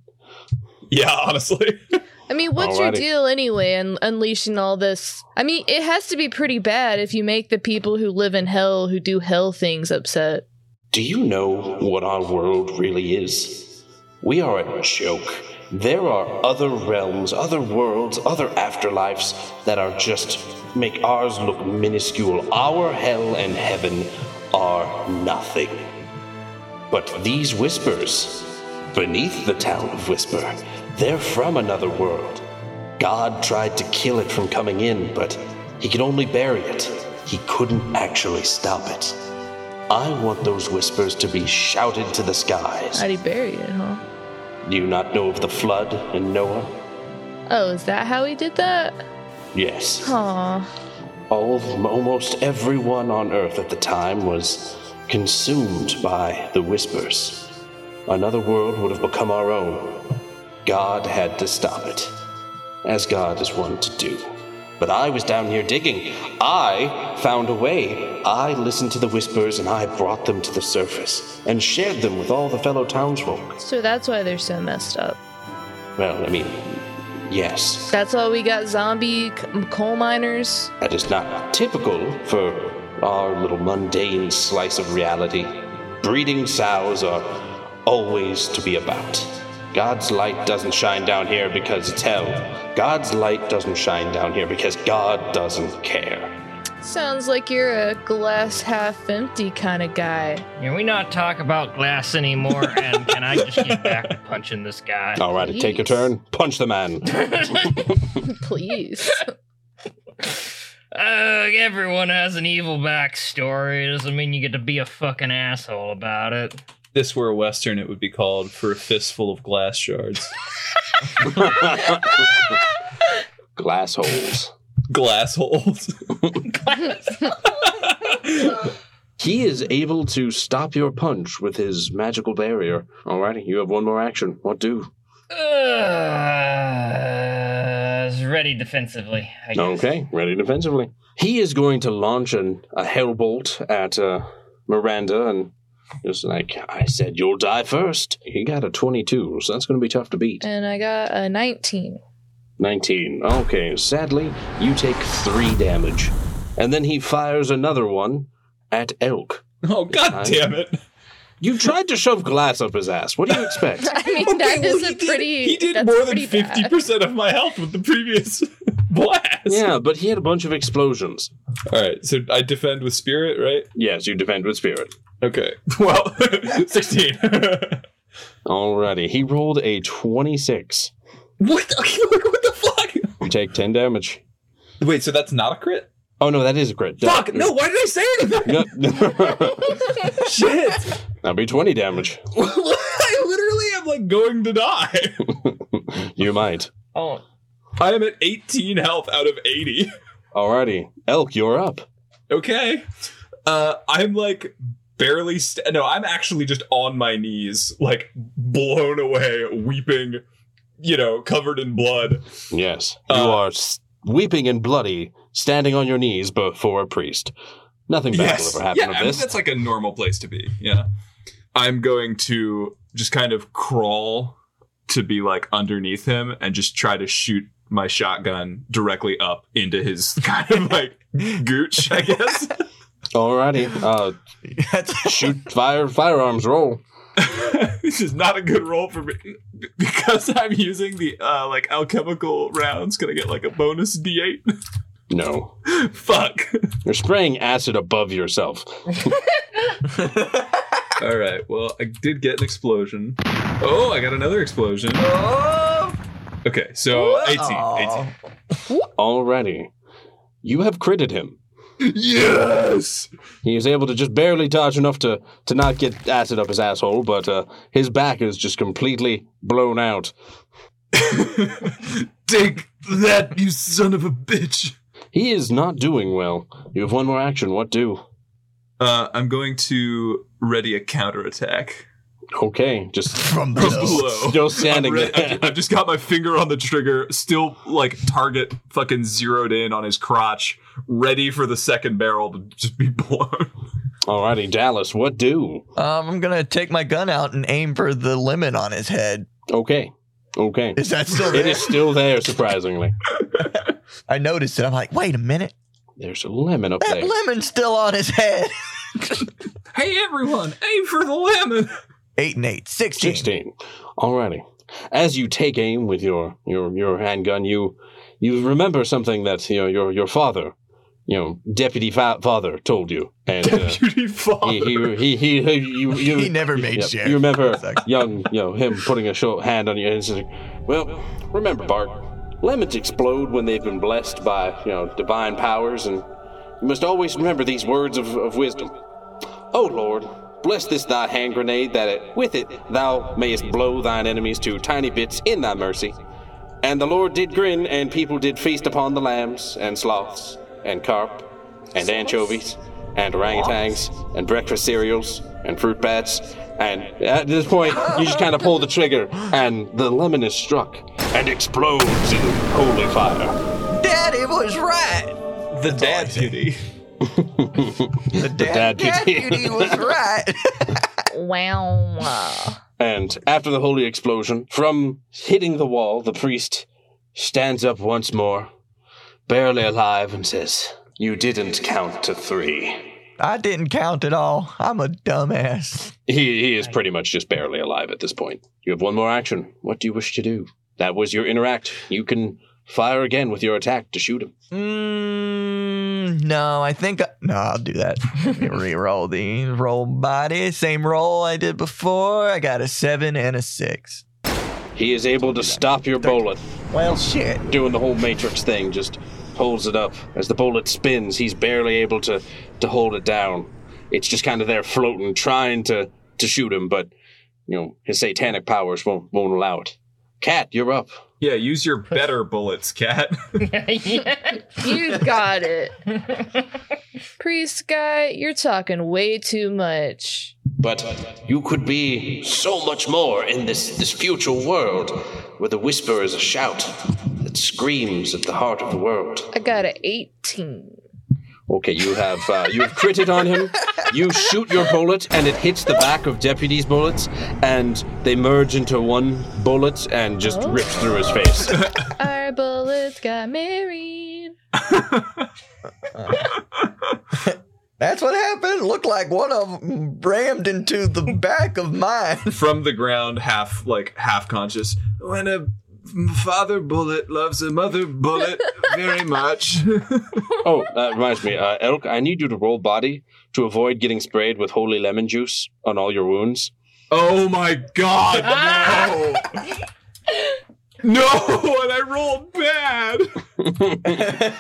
Speaker 5: Yeah, honestly. [laughs]
Speaker 6: I mean, what's your
Speaker 2: Alrighty.
Speaker 6: deal anyway in unleashing all this? I mean, it has to be pretty bad if you make the people who live in hell who do hell things upset.
Speaker 2: Do you know what our world really is? We are a joke. There are other realms, other worlds, other afterlives that are just make ours look minuscule. Our hell and heaven are nothing. But these whispers, beneath the town of Whisper, they're from another world. God tried to kill it from coming in, but he could only bury it. He couldn't actually stop it. I want those whispers to be shouted to the skies.
Speaker 6: How'd he bury it, huh?
Speaker 2: Do you not know of the flood and Noah?
Speaker 6: Oh, is that how he did that?
Speaker 2: Yes.
Speaker 6: Aw.
Speaker 2: All almost everyone on Earth at the time was consumed by the whispers. Another world would have become our own. God had to stop it, as God is wont to do. But I was down here digging. I found a way. I listened to the whispers and I brought them to the surface and shared them with all the fellow townsfolk.
Speaker 6: So that's why they're so messed up.
Speaker 2: Well, I mean, yes,
Speaker 6: That's why we got zombie c- coal miners.
Speaker 2: that is not typical for our little mundane slice of reality. Breeding sows are always to be about. God's light doesn't shine down here because it's hell. God's light doesn't shine down here because God doesn't care.
Speaker 6: Sounds like you're a glass half empty kind of guy.
Speaker 1: Can we not talk about glass anymore? And can I just get back to punching this guy?
Speaker 2: All right, take your
Speaker 6: Jeez.
Speaker 2: turn. Punch the man.
Speaker 6: Please.
Speaker 1: Uh, everyone has an evil backstory. It doesn't mean you get to be a fucking asshole about it.
Speaker 5: this were a western, it would be called "For a Fistful of Glass Shards."
Speaker 2: Glass holes.
Speaker 5: [laughs] glass holes. [laughs] Oh,
Speaker 2: He is able to stop your punch with his magical barrier. Alrighty, you have one more action. What do?
Speaker 1: Uh, is ready defensively. I guess.
Speaker 2: Okay, ready defensively. He is going to launch an, a hellbolt at uh, Miranda and just like I said, you'll die first. He got a 22, so that's going to be tough to beat.
Speaker 6: [laughs] and I got a 19.
Speaker 2: 19. Okay, sadly, you take three damage. And then he fires another one at Elk.
Speaker 5: oh god damn it!
Speaker 2: You tried to shove glass up his ass. What do you expect?
Speaker 5: [laughs]
Speaker 6: I mean, that is a pretty.
Speaker 5: He did
Speaker 6: that's
Speaker 5: more than
Speaker 6: pretty
Speaker 5: fifty
Speaker 6: bad.
Speaker 5: percent of my health with the previous [laughs] blast.
Speaker 2: yeah, but he had a bunch of explosions.
Speaker 5: All right, so I defend with spirit, right?
Speaker 2: Yes, you defend with spirit.
Speaker 5: Okay. [laughs] Well, sixteen. [laughs]
Speaker 2: Alrighty, he rolled a 26.
Speaker 5: what? what the [laughs] fuck?
Speaker 2: You take 10 damage.
Speaker 5: Wait, so that's not a crit?
Speaker 2: Oh no, that is a crit.
Speaker 5: Fuck! No, why did I say anything?
Speaker 2: No.
Speaker 5: Shit!
Speaker 2: [laughs] That'd be 20 damage. [laughs]
Speaker 5: [laughs] I literally am like going to die. [laughs]
Speaker 2: You might.
Speaker 1: Oh, [laughs]
Speaker 5: I am at 18 health out of 80.
Speaker 2: Alrighty. Elk, you're up.
Speaker 5: Okay. Uh, I'm like barely. St- no, I'm actually just on my knees, like blown away, weeping, you know, covered in blood.
Speaker 2: Yes. you
Speaker 5: Uh,
Speaker 2: are s- weeping and bloody, standing on your knees before a priest. Nothing bad will ever
Speaker 5: yeah,
Speaker 2: happen
Speaker 5: I
Speaker 2: of
Speaker 5: mean,
Speaker 2: this.
Speaker 5: that's like a normal place to be. Yeah. I'm going to just kind of crawl to be like underneath him and just try to shoot my shotgun directly up into his [laughs] kind of like gooch, I guess. [laughs]
Speaker 2: Alrighty. Uh,
Speaker 4: [laughs] That's
Speaker 2: shoot fire firearms roll.
Speaker 5: this is not a good roll for me because I'm using the uh, like alchemical rounds. Gonna get like a bonus D8.
Speaker 2: No.
Speaker 5: [laughs] Fuck.
Speaker 2: You're spraying acid above yourself.
Speaker 5: All right. Well, I did get an explosion. Oh, I got another explosion. Oh. Okay, so 18. 18.
Speaker 4: Aw.
Speaker 2: Alrighty. You have critted him.
Speaker 5: [laughs] Yes.
Speaker 2: He is able to just barely dodge enough to, to not get acid up his asshole, but uh, his back is just completely blown out.
Speaker 5: Take that, you son of a bitch.
Speaker 2: He is not doing well. You have one more action. What do?
Speaker 5: Uh, I'm going to ready a counterattack.
Speaker 2: Okay,
Speaker 4: [laughs]
Speaker 2: just
Speaker 4: From
Speaker 5: From
Speaker 4: below.
Speaker 5: below.
Speaker 2: still standing
Speaker 5: I'm ready-
Speaker 2: there.
Speaker 5: I've, I've just got my finger on the trigger, still like target fucking zeroed in on his crotch, ready for the second barrel to just be blown.
Speaker 2: [laughs] Alrighty, Dallas. What do?
Speaker 4: Um, I'm gonna take my gun out and aim for the lemon on his head.
Speaker 2: Okay, okay.
Speaker 4: Is that still
Speaker 2: It
Speaker 4: there?
Speaker 2: is still there. Surprisingly,
Speaker 4: I noticed it. I'm like, wait a minute,
Speaker 2: there's a lemon up
Speaker 4: that
Speaker 2: there.
Speaker 4: lemon's still on his head. [laughs]
Speaker 5: Hey everyone, aim for the lemon.
Speaker 4: Eight and eight, 16.
Speaker 2: 16. Alrighty. As you take aim with your, your, your handgun, you you remember something that you know, your your father, you know, deputy fa- father told you, and uh,
Speaker 5: [laughs] Beauty father.
Speaker 2: he, he, he, he, he, you, you,
Speaker 4: He never made
Speaker 2: yeah,
Speaker 4: shit.
Speaker 2: You remember
Speaker 4: It's like-
Speaker 2: young, you know, him putting a short hand on your head and saying, "Well, remember, Bart, lemons explode when they've been blessed by you know divine powers, and you must always remember these words of, of wisdom. Oh Lord." Bless this thy hand grenade, that it, with it thou mayest blow thine enemies to tiny bits in thy mercy. And the Lord did grin, and people did feast upon the lambs, and sloths, and carp, and anchovies, and orangutans, and breakfast cereals, and fruit bats. And at this point, you just kind of pull the trigger, and the lemon is struck and explodes in holy fire. [laughs]
Speaker 4: Daddy was right.
Speaker 5: the dad beauty.
Speaker 4: The
Speaker 2: dad
Speaker 4: dad,
Speaker 2: beauty.
Speaker 4: deputy [laughs] was right.
Speaker 6: Wow.
Speaker 2: And after the holy explosion, from hitting the wall, the priest stands up once more, barely alive, and says, You didn't count to three.
Speaker 4: I didn't count at all. I'm a dumbass.
Speaker 2: He, he is pretty much just barely alive at this point. You have one more action. What do you wish to do? That was your interact. You can fire again with your attack to shoot him.
Speaker 4: Mm, no, I think I, no. I'll do that. Let me re-roll the roll body. Same roll I did before. I got a seven and a six.
Speaker 2: He is able to stop your bullet,
Speaker 4: Well, shit.
Speaker 2: doing the whole Matrix thing, just holds it up. As the bullet spins, he's barely able to, to hold it down. It's just kind of there floating, trying to, to shoot him, but, you know, his satanic powers won't, won't allow it. Cat, you're up.
Speaker 5: Yeah, use your better bullets, cat. [laughs]
Speaker 1: Yeah.
Speaker 6: You got it. Priest guy, you're talking way too much.
Speaker 2: But you could be so much more in this, this future world where the whisper is a shout that screams at the heart of the world.
Speaker 6: I got a 18.
Speaker 2: Okay, you have uh, you have critted on him. You shoot your bullet and it hits the back of Deputy's bullets, and they merge into one bullet and just
Speaker 6: Oh.
Speaker 2: rips through his face. [laughs]
Speaker 6: Our bullets got married.
Speaker 4: That's what happened. Looked like one of them rammed into the back of mine. [laughs]
Speaker 5: From the ground, half like half conscious. When a father bullet loves a mother bullet very much.
Speaker 2: oh, that reminds me, uh, Elk, I need you to roll body to avoid getting sprayed with holy lemon juice on all your wounds.
Speaker 5: oh my god, no! no, and I rolled bad.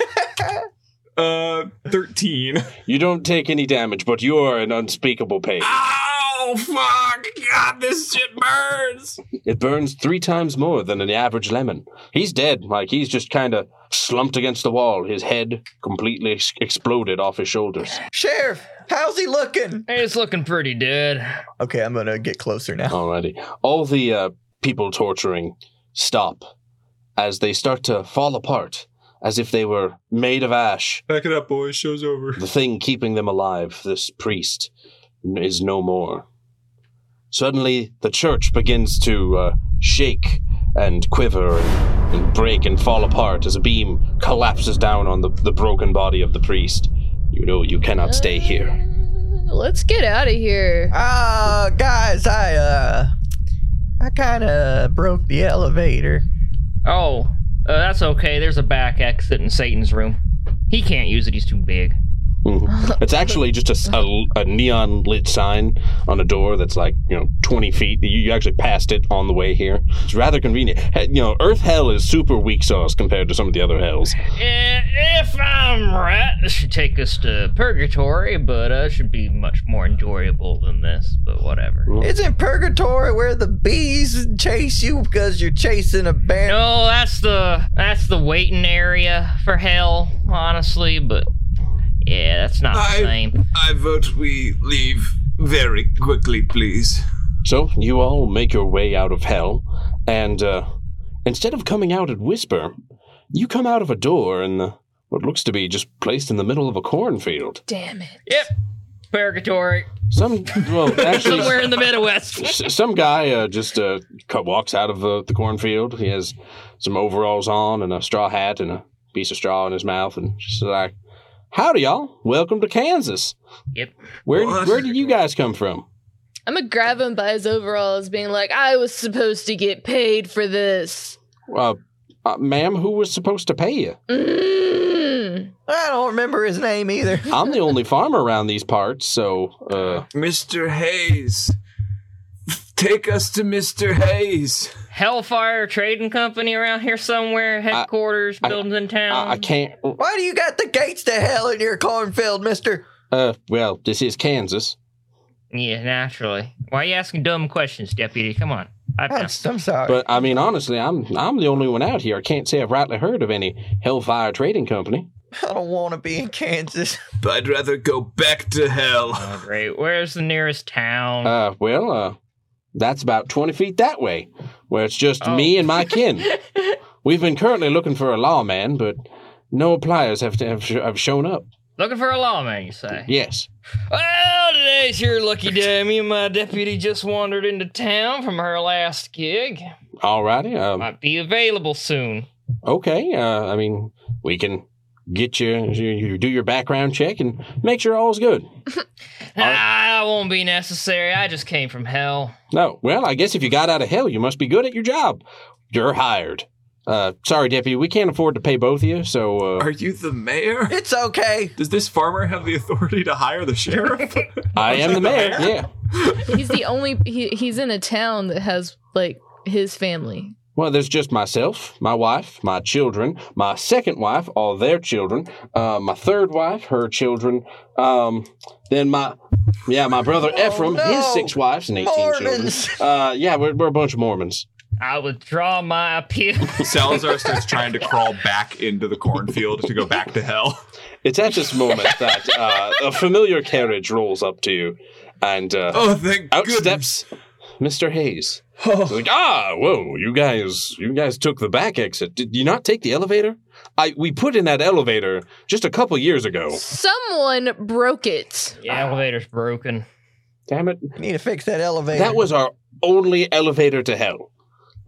Speaker 5: uh, thirteen.
Speaker 2: You don't take any damage, but you are in unspeakable pain.
Speaker 5: Oh fuck! God, this shit burns.
Speaker 2: It burns three times more than an average lemon. He's dead. Like, he's just kind of slumped against the wall, his head completely ex- exploded off his shoulders.
Speaker 4: Sheriff, how's he looking?
Speaker 1: it's looking pretty dead.
Speaker 4: Okay, I'm gonna get closer now.
Speaker 2: Alrighty. All the uh, people torturing stop as they start to fall apart, as if they were made of ash.
Speaker 5: Back it up, boys. Show's over.
Speaker 2: The thing keeping them alive, this priest, n- is no more. Suddenly, the church begins to uh, shake and quiver and, and break and fall apart as a beam collapses down on the, the broken body of the priest. You know you cannot stay here.
Speaker 6: Let's get out of here.
Speaker 4: Ah, guys, I uh, I kind of broke the elevator.
Speaker 1: Oh, uh, that's okay. There's a back exit in Satan's room. He can't use it. He's too big.
Speaker 2: Mhm. It's actually just a s- a, neon lit sign on a door that's like you know twenty feet. You, you actually passed it on the way here. It's rather convenient. He- You know, Earth Hell is super weak sauce compared to some of the other hells.
Speaker 1: Eh, If I'm right, this should take us to purgatory, but uh, it should be much more enjoyable than this. But whatever.
Speaker 4: Isn't purgatory where the bees chase you because you're chasing a bear?
Speaker 1: No, Oh, that's the that's the waiting area for hell, honestly. But yeah, that's not
Speaker 5: I-
Speaker 1: the same.
Speaker 5: I vote we leave very quickly, please.
Speaker 2: So you all make your way out of hell, and uh, instead of coming out at Whisper, you come out of a door in the, what looks to be just placed in the middle of a cornfield.
Speaker 6: Damn it.
Speaker 1: Yep, purgatory
Speaker 2: Some well, actually,
Speaker 1: somewhere in the Midwest.
Speaker 2: S- some guy uh, just uh, co- walks out of uh, the cornfield. He has some overalls on and a straw hat and a piece of straw in his mouth, and just like, "Howdy, y'all! Welcome to Kansas.
Speaker 1: Yep.
Speaker 2: Where
Speaker 5: What?
Speaker 2: where did you guys come from?
Speaker 6: I'm gonna grab him by his overalls, being like, I was supposed to get paid for this.
Speaker 2: Uh, uh, ma'am, who was supposed to pay you?
Speaker 6: Mm.
Speaker 4: I don't remember his name either. [laughs]
Speaker 2: I'm the only farmer around these parts, so uh,
Speaker 5: Mr. Hayes. Take us to Mr. Hayes.
Speaker 1: Hellfire Trading Company around here somewhere, headquarters,
Speaker 2: I-
Speaker 1: buildings in town.
Speaker 2: I, I can't.
Speaker 4: Why do you got the gates to hell in your cornfield, mister?
Speaker 2: Uh, well, this is Kansas.
Speaker 1: Yeah, naturally. Why are you asking dumb questions, deputy? Come on. I
Speaker 4: I'm, I'm sorry.
Speaker 2: But I mean, honestly, I'm I'm the only one out here. I can't say I've rightly heard of any Hellfire Trading Company.
Speaker 4: I don't want to be in Kansas. [laughs]
Speaker 5: But I'd rather go back to hell.
Speaker 1: Oh, great. Where's the nearest town?
Speaker 2: Uh, well, uh, that's about 20 feet that way, where it's just
Speaker 1: Oh.
Speaker 2: me and my kin. [laughs] We've been currently looking for a lawman, but no appliers have, have, have shown up.
Speaker 1: Looking for a lawman, you say?
Speaker 2: Yes.
Speaker 1: Well, today's your lucky day. Me and my deputy just wandered into town from her last gig.
Speaker 2: Alrighty. Um,
Speaker 1: Might be available soon.
Speaker 2: okay. Uh, I mean, we can get you, you, you do your background check and make sure all's good.
Speaker 1: Ah, that won't be necessary. I just came from hell.
Speaker 2: No. Well, I guess if you got out of hell, you must be good at your job. You're hired. Uh, sorry, deputy. We can't afford to pay both of you, so uh,
Speaker 5: Are you the mayor?
Speaker 4: It's okay.
Speaker 5: Does this farmer have the authority to hire
Speaker 1: [laughs]
Speaker 5: the sheriff?
Speaker 2: I am the mayor. Yeah.
Speaker 6: He's the only he, he's in a town that has like his family.
Speaker 2: Well, there's just myself, my wife, my children, my second wife, all their children, uh, my third wife, her children, um, then my, yeah, my brother Ephraim,
Speaker 4: no!
Speaker 2: his six wives and 18
Speaker 4: Mormons!
Speaker 2: children. Uh, yeah, we're, we're a bunch of Mormons.
Speaker 1: I withdraw my appeal.
Speaker 5: Salazar starts trying to crawl back into the cornfield to go back to hell.
Speaker 2: It's at this moment that uh, a familiar carriage rolls up to you, and uh,
Speaker 5: Oh, thank
Speaker 2: out
Speaker 5: goodness.
Speaker 2: steps Mr. Hayes. Like, ah, whoa, you guys, you guys took the back exit. Did you not take the elevator? I we put in that elevator just a couple years ago.
Speaker 6: Someone broke it.
Speaker 1: The elevator's broken.
Speaker 2: Damn it.
Speaker 4: You need to fix that elevator.
Speaker 2: That was our only elevator to hell.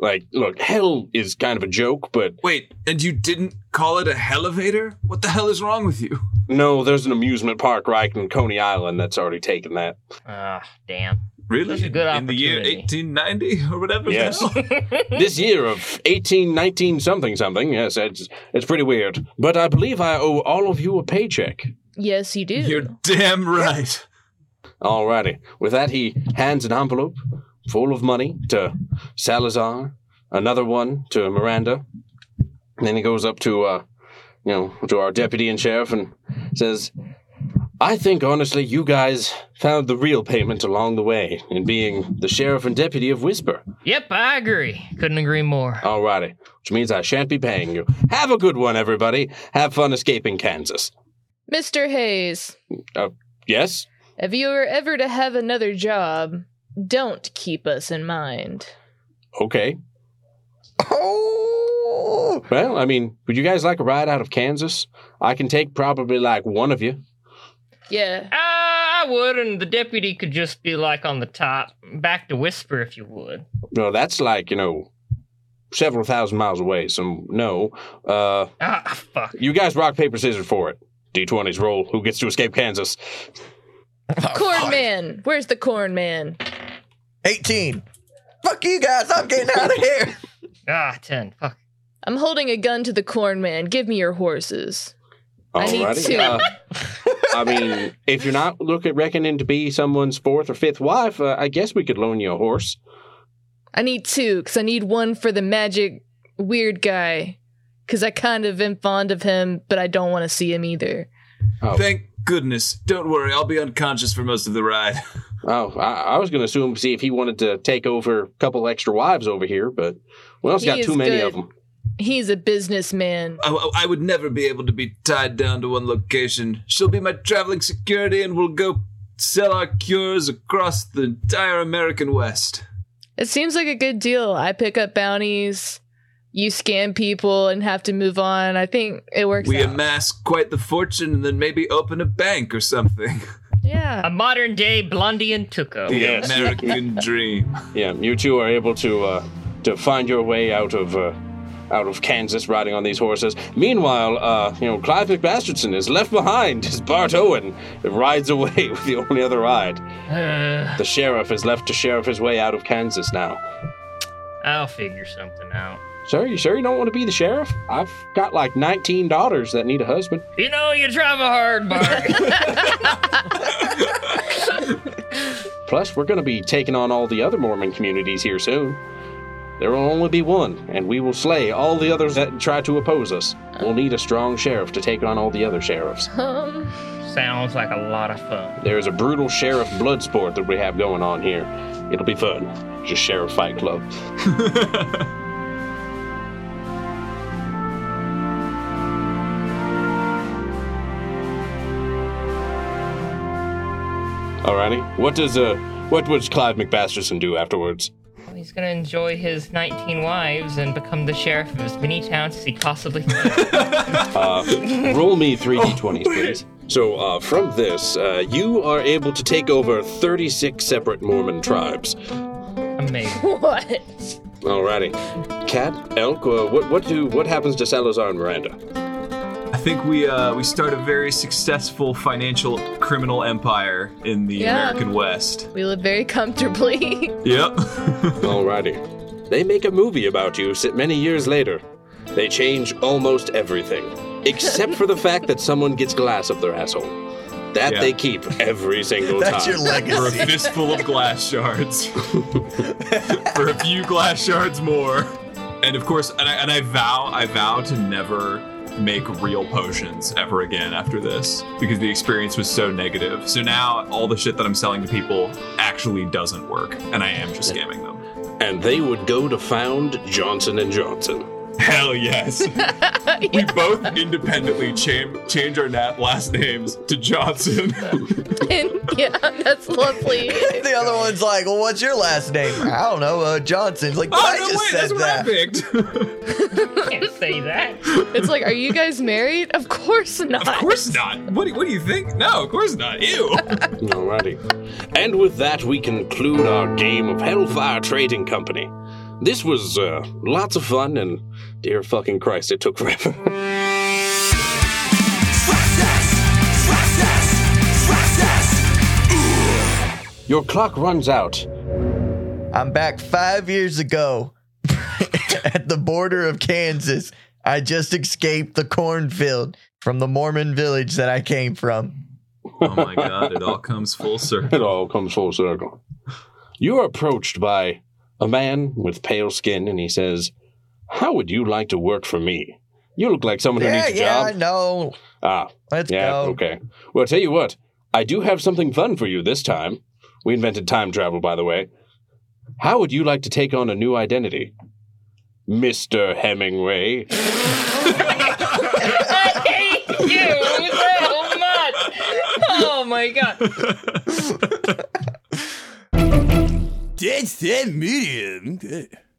Speaker 2: Like, look, hell is kind of a joke, but
Speaker 5: Wait, and you didn't call it a elevator? What the hell is wrong with you?
Speaker 2: no, there's an amusement park right in Coney Island that's already taken that.
Speaker 1: Ah, damn.
Speaker 5: Really?
Speaker 1: That's a good
Speaker 5: In the year
Speaker 1: opportunity.
Speaker 5: 1890 or whatever? the
Speaker 2: Yes.
Speaker 5: hell?
Speaker 2: this year of 1819 something something, yes, it's, it's pretty weird. But I believe I owe all of you a paycheck.
Speaker 6: Yes, you do.
Speaker 5: You're damn right.
Speaker 2: Alrighty. With that, he hands an envelope full of money to Salazar, another one to Miranda. And then he goes up to, uh, you know, to our deputy and sheriff and says, I think honestly, you guys found the real payment along the way in being the sheriff and deputy of Whisper.
Speaker 1: Yep, I agree. Couldn't agree more.
Speaker 2: Alrighty. Which means I shan't be paying you. Have a good one, everybody. Have fun escaping Kansas.
Speaker 6: Mr. Hayes,
Speaker 2: Yes?
Speaker 6: if you were ever to have another job, don't keep us in mind.
Speaker 2: Okay.
Speaker 4: Oh,
Speaker 2: Well, I mean, would you guys like a ride out of Kansas? I can take probably like one of you.
Speaker 6: Yeah.
Speaker 1: Uh, I would, and the deputy could just be like on the top. Back to Whisper if you would.
Speaker 2: No, that's like, you know, several thousand miles away, so no. Uh,
Speaker 1: Ah, fuck.
Speaker 2: you guys rock, paper, scissors for it. D20s roll. Who gets to escape Kansas?
Speaker 4: Oh,
Speaker 6: Corn man. Where's the corn man?
Speaker 4: 18. Fuck you guys. I'm getting out of here.
Speaker 1: Ah, 10. Fuck.
Speaker 6: I'm holding a gun to the corn man. Give me your horses. I need two.
Speaker 2: Uh, I mean, if you're not looking reckoning to be someone's fourth or fifth wife, uh, I guess we could loan you a horse.
Speaker 6: I need two, because I need one for the magic weird guy. Because I kind of am fond of him, but I don't want to see him either.
Speaker 2: Oh,
Speaker 5: Thank goodness. Don't worry, I'll be unconscious for most of the ride.
Speaker 2: oh I, I was going to assume see if he wanted to take over a couple extra wives over here, but well, it's
Speaker 6: He
Speaker 2: got
Speaker 6: is
Speaker 2: too many
Speaker 6: good.
Speaker 2: of them.
Speaker 6: He's a businessman.
Speaker 5: I, I- I would never be able to be tied down to one location. She'll be my traveling security, and we'll go sell our cures across the entire American West.
Speaker 6: It seems like a good deal. I pick up bounties, you scam people and have to move on. I think it works
Speaker 5: We
Speaker 6: out.
Speaker 5: amass quite the fortune, and then maybe open a bank or something. [laughs]
Speaker 6: yeah. [laughs]
Speaker 1: A modern day Blondie and Tuco.
Speaker 5: The
Speaker 2: Yes.
Speaker 5: American dream.
Speaker 2: Yeah, you two are able to uh, to find your way out of uh, out of Kansas riding on these horses. Meanwhile, uh, you know Clive McBastardson is left behind as Bart Owen rides away [laughs] with the only other ride.
Speaker 1: Uh,
Speaker 2: The sheriff is left to sheriff his way out of Kansas now.
Speaker 1: I'll figure something out.
Speaker 2: Sir, you sure you don't want to be the sheriff? I've got like 19 daughters that need a husband.
Speaker 1: You know, you drive a hard bargain.
Speaker 2: Plus, we're going to be taking on all the other Mormon communities here soon. There will only be one, and we will slay all the others that try to oppose us. We'll need a strong sheriff to take on all the other sheriffs.
Speaker 6: Um,
Speaker 1: Sounds like a lot of fun.
Speaker 2: There is a brutal sheriff blood sport that we have going on here. It'll be fun. Just Sheriff Fight Club. [laughs] Alrighty. What does uh what would Clive McBasterson do afterwards?
Speaker 1: He's gonna enjoy his 19 wives and become the sheriff of as many towns as he possibly can.
Speaker 2: Roll me three d20s, please. So uh, from this, uh, you are able to take over 36 separate Mormon tribes.
Speaker 1: Amazing.
Speaker 6: what?
Speaker 2: Alrighty. Cat, elk, uh, what what do what happens to Salazar and Miranda?
Speaker 5: I think we uh, we start a very successful financial criminal empire in the
Speaker 6: Yeah.
Speaker 5: American West.
Speaker 6: We live very comfortably. [laughs]
Speaker 5: Yep. [laughs]
Speaker 2: Alrighty. They make a movie about you set many years later. They change almost everything, except for the fact that someone gets glass up their asshole. That
Speaker 5: Yeah.
Speaker 2: they keep every single
Speaker 4: [laughs] That's
Speaker 2: time.
Speaker 4: your
Speaker 5: For a
Speaker 4: legacy.
Speaker 5: fistful of glass
Speaker 4: [laughs]
Speaker 5: shards. For a few glass shards more. And of course, and I, and I vow, I vow to never make real potions ever again after this because the experience was so negative. So now all the shit that I'm selling to people actually doesn't work, and I am just scamming them.
Speaker 2: and they would go to found Johnson and Johnson.
Speaker 4: [laughs]
Speaker 5: Hell yes. We both independently cha- change our na- last names
Speaker 4: [laughs]
Speaker 5: to Johnson. Oh,
Speaker 6: and yeah, that's lovely.
Speaker 4: the other one's like, well, what's your last name? I don't know. Uh, Johnson's like, I
Speaker 5: oh, no,
Speaker 4: just
Speaker 5: wait, that's
Speaker 4: said
Speaker 5: what I
Speaker 4: that.
Speaker 5: picked.
Speaker 1: Can't say that.
Speaker 6: It's like, are you guys married? Of course not.
Speaker 5: Of course not. What do, what do you think? No, of course not. Ew.
Speaker 2: Alrighty. And with that, we conclude our game of Hellfire Trading Company. This was uh, lots of fun, and dear fucking Christ, it took forever. [laughs]
Speaker 7: Stress test! Stress test! Stress test!
Speaker 2: Your clock runs out.
Speaker 4: I'm back five years ago at the border of Kansas. I just escaped the cornfield from the Mormon village that I came from.
Speaker 5: [laughs] Oh my god, it all comes full circle.
Speaker 2: It all comes full circle. You are approached by a man with pale skin, and he says, How would you like to work for me? You look like someone who
Speaker 4: yeah,
Speaker 2: needs a
Speaker 4: yeah, I
Speaker 2: job.
Speaker 4: know.
Speaker 2: Ah,
Speaker 4: Let's
Speaker 2: yeah,
Speaker 4: go.
Speaker 2: okay. Well, tell you what, I do have something fun for you this time. We invented time travel, by the way. How would you like to take on a new identity? Mr. Hemingway.
Speaker 1: I hate you so much. Oh my god.
Speaker 3: Dead set medium. Good.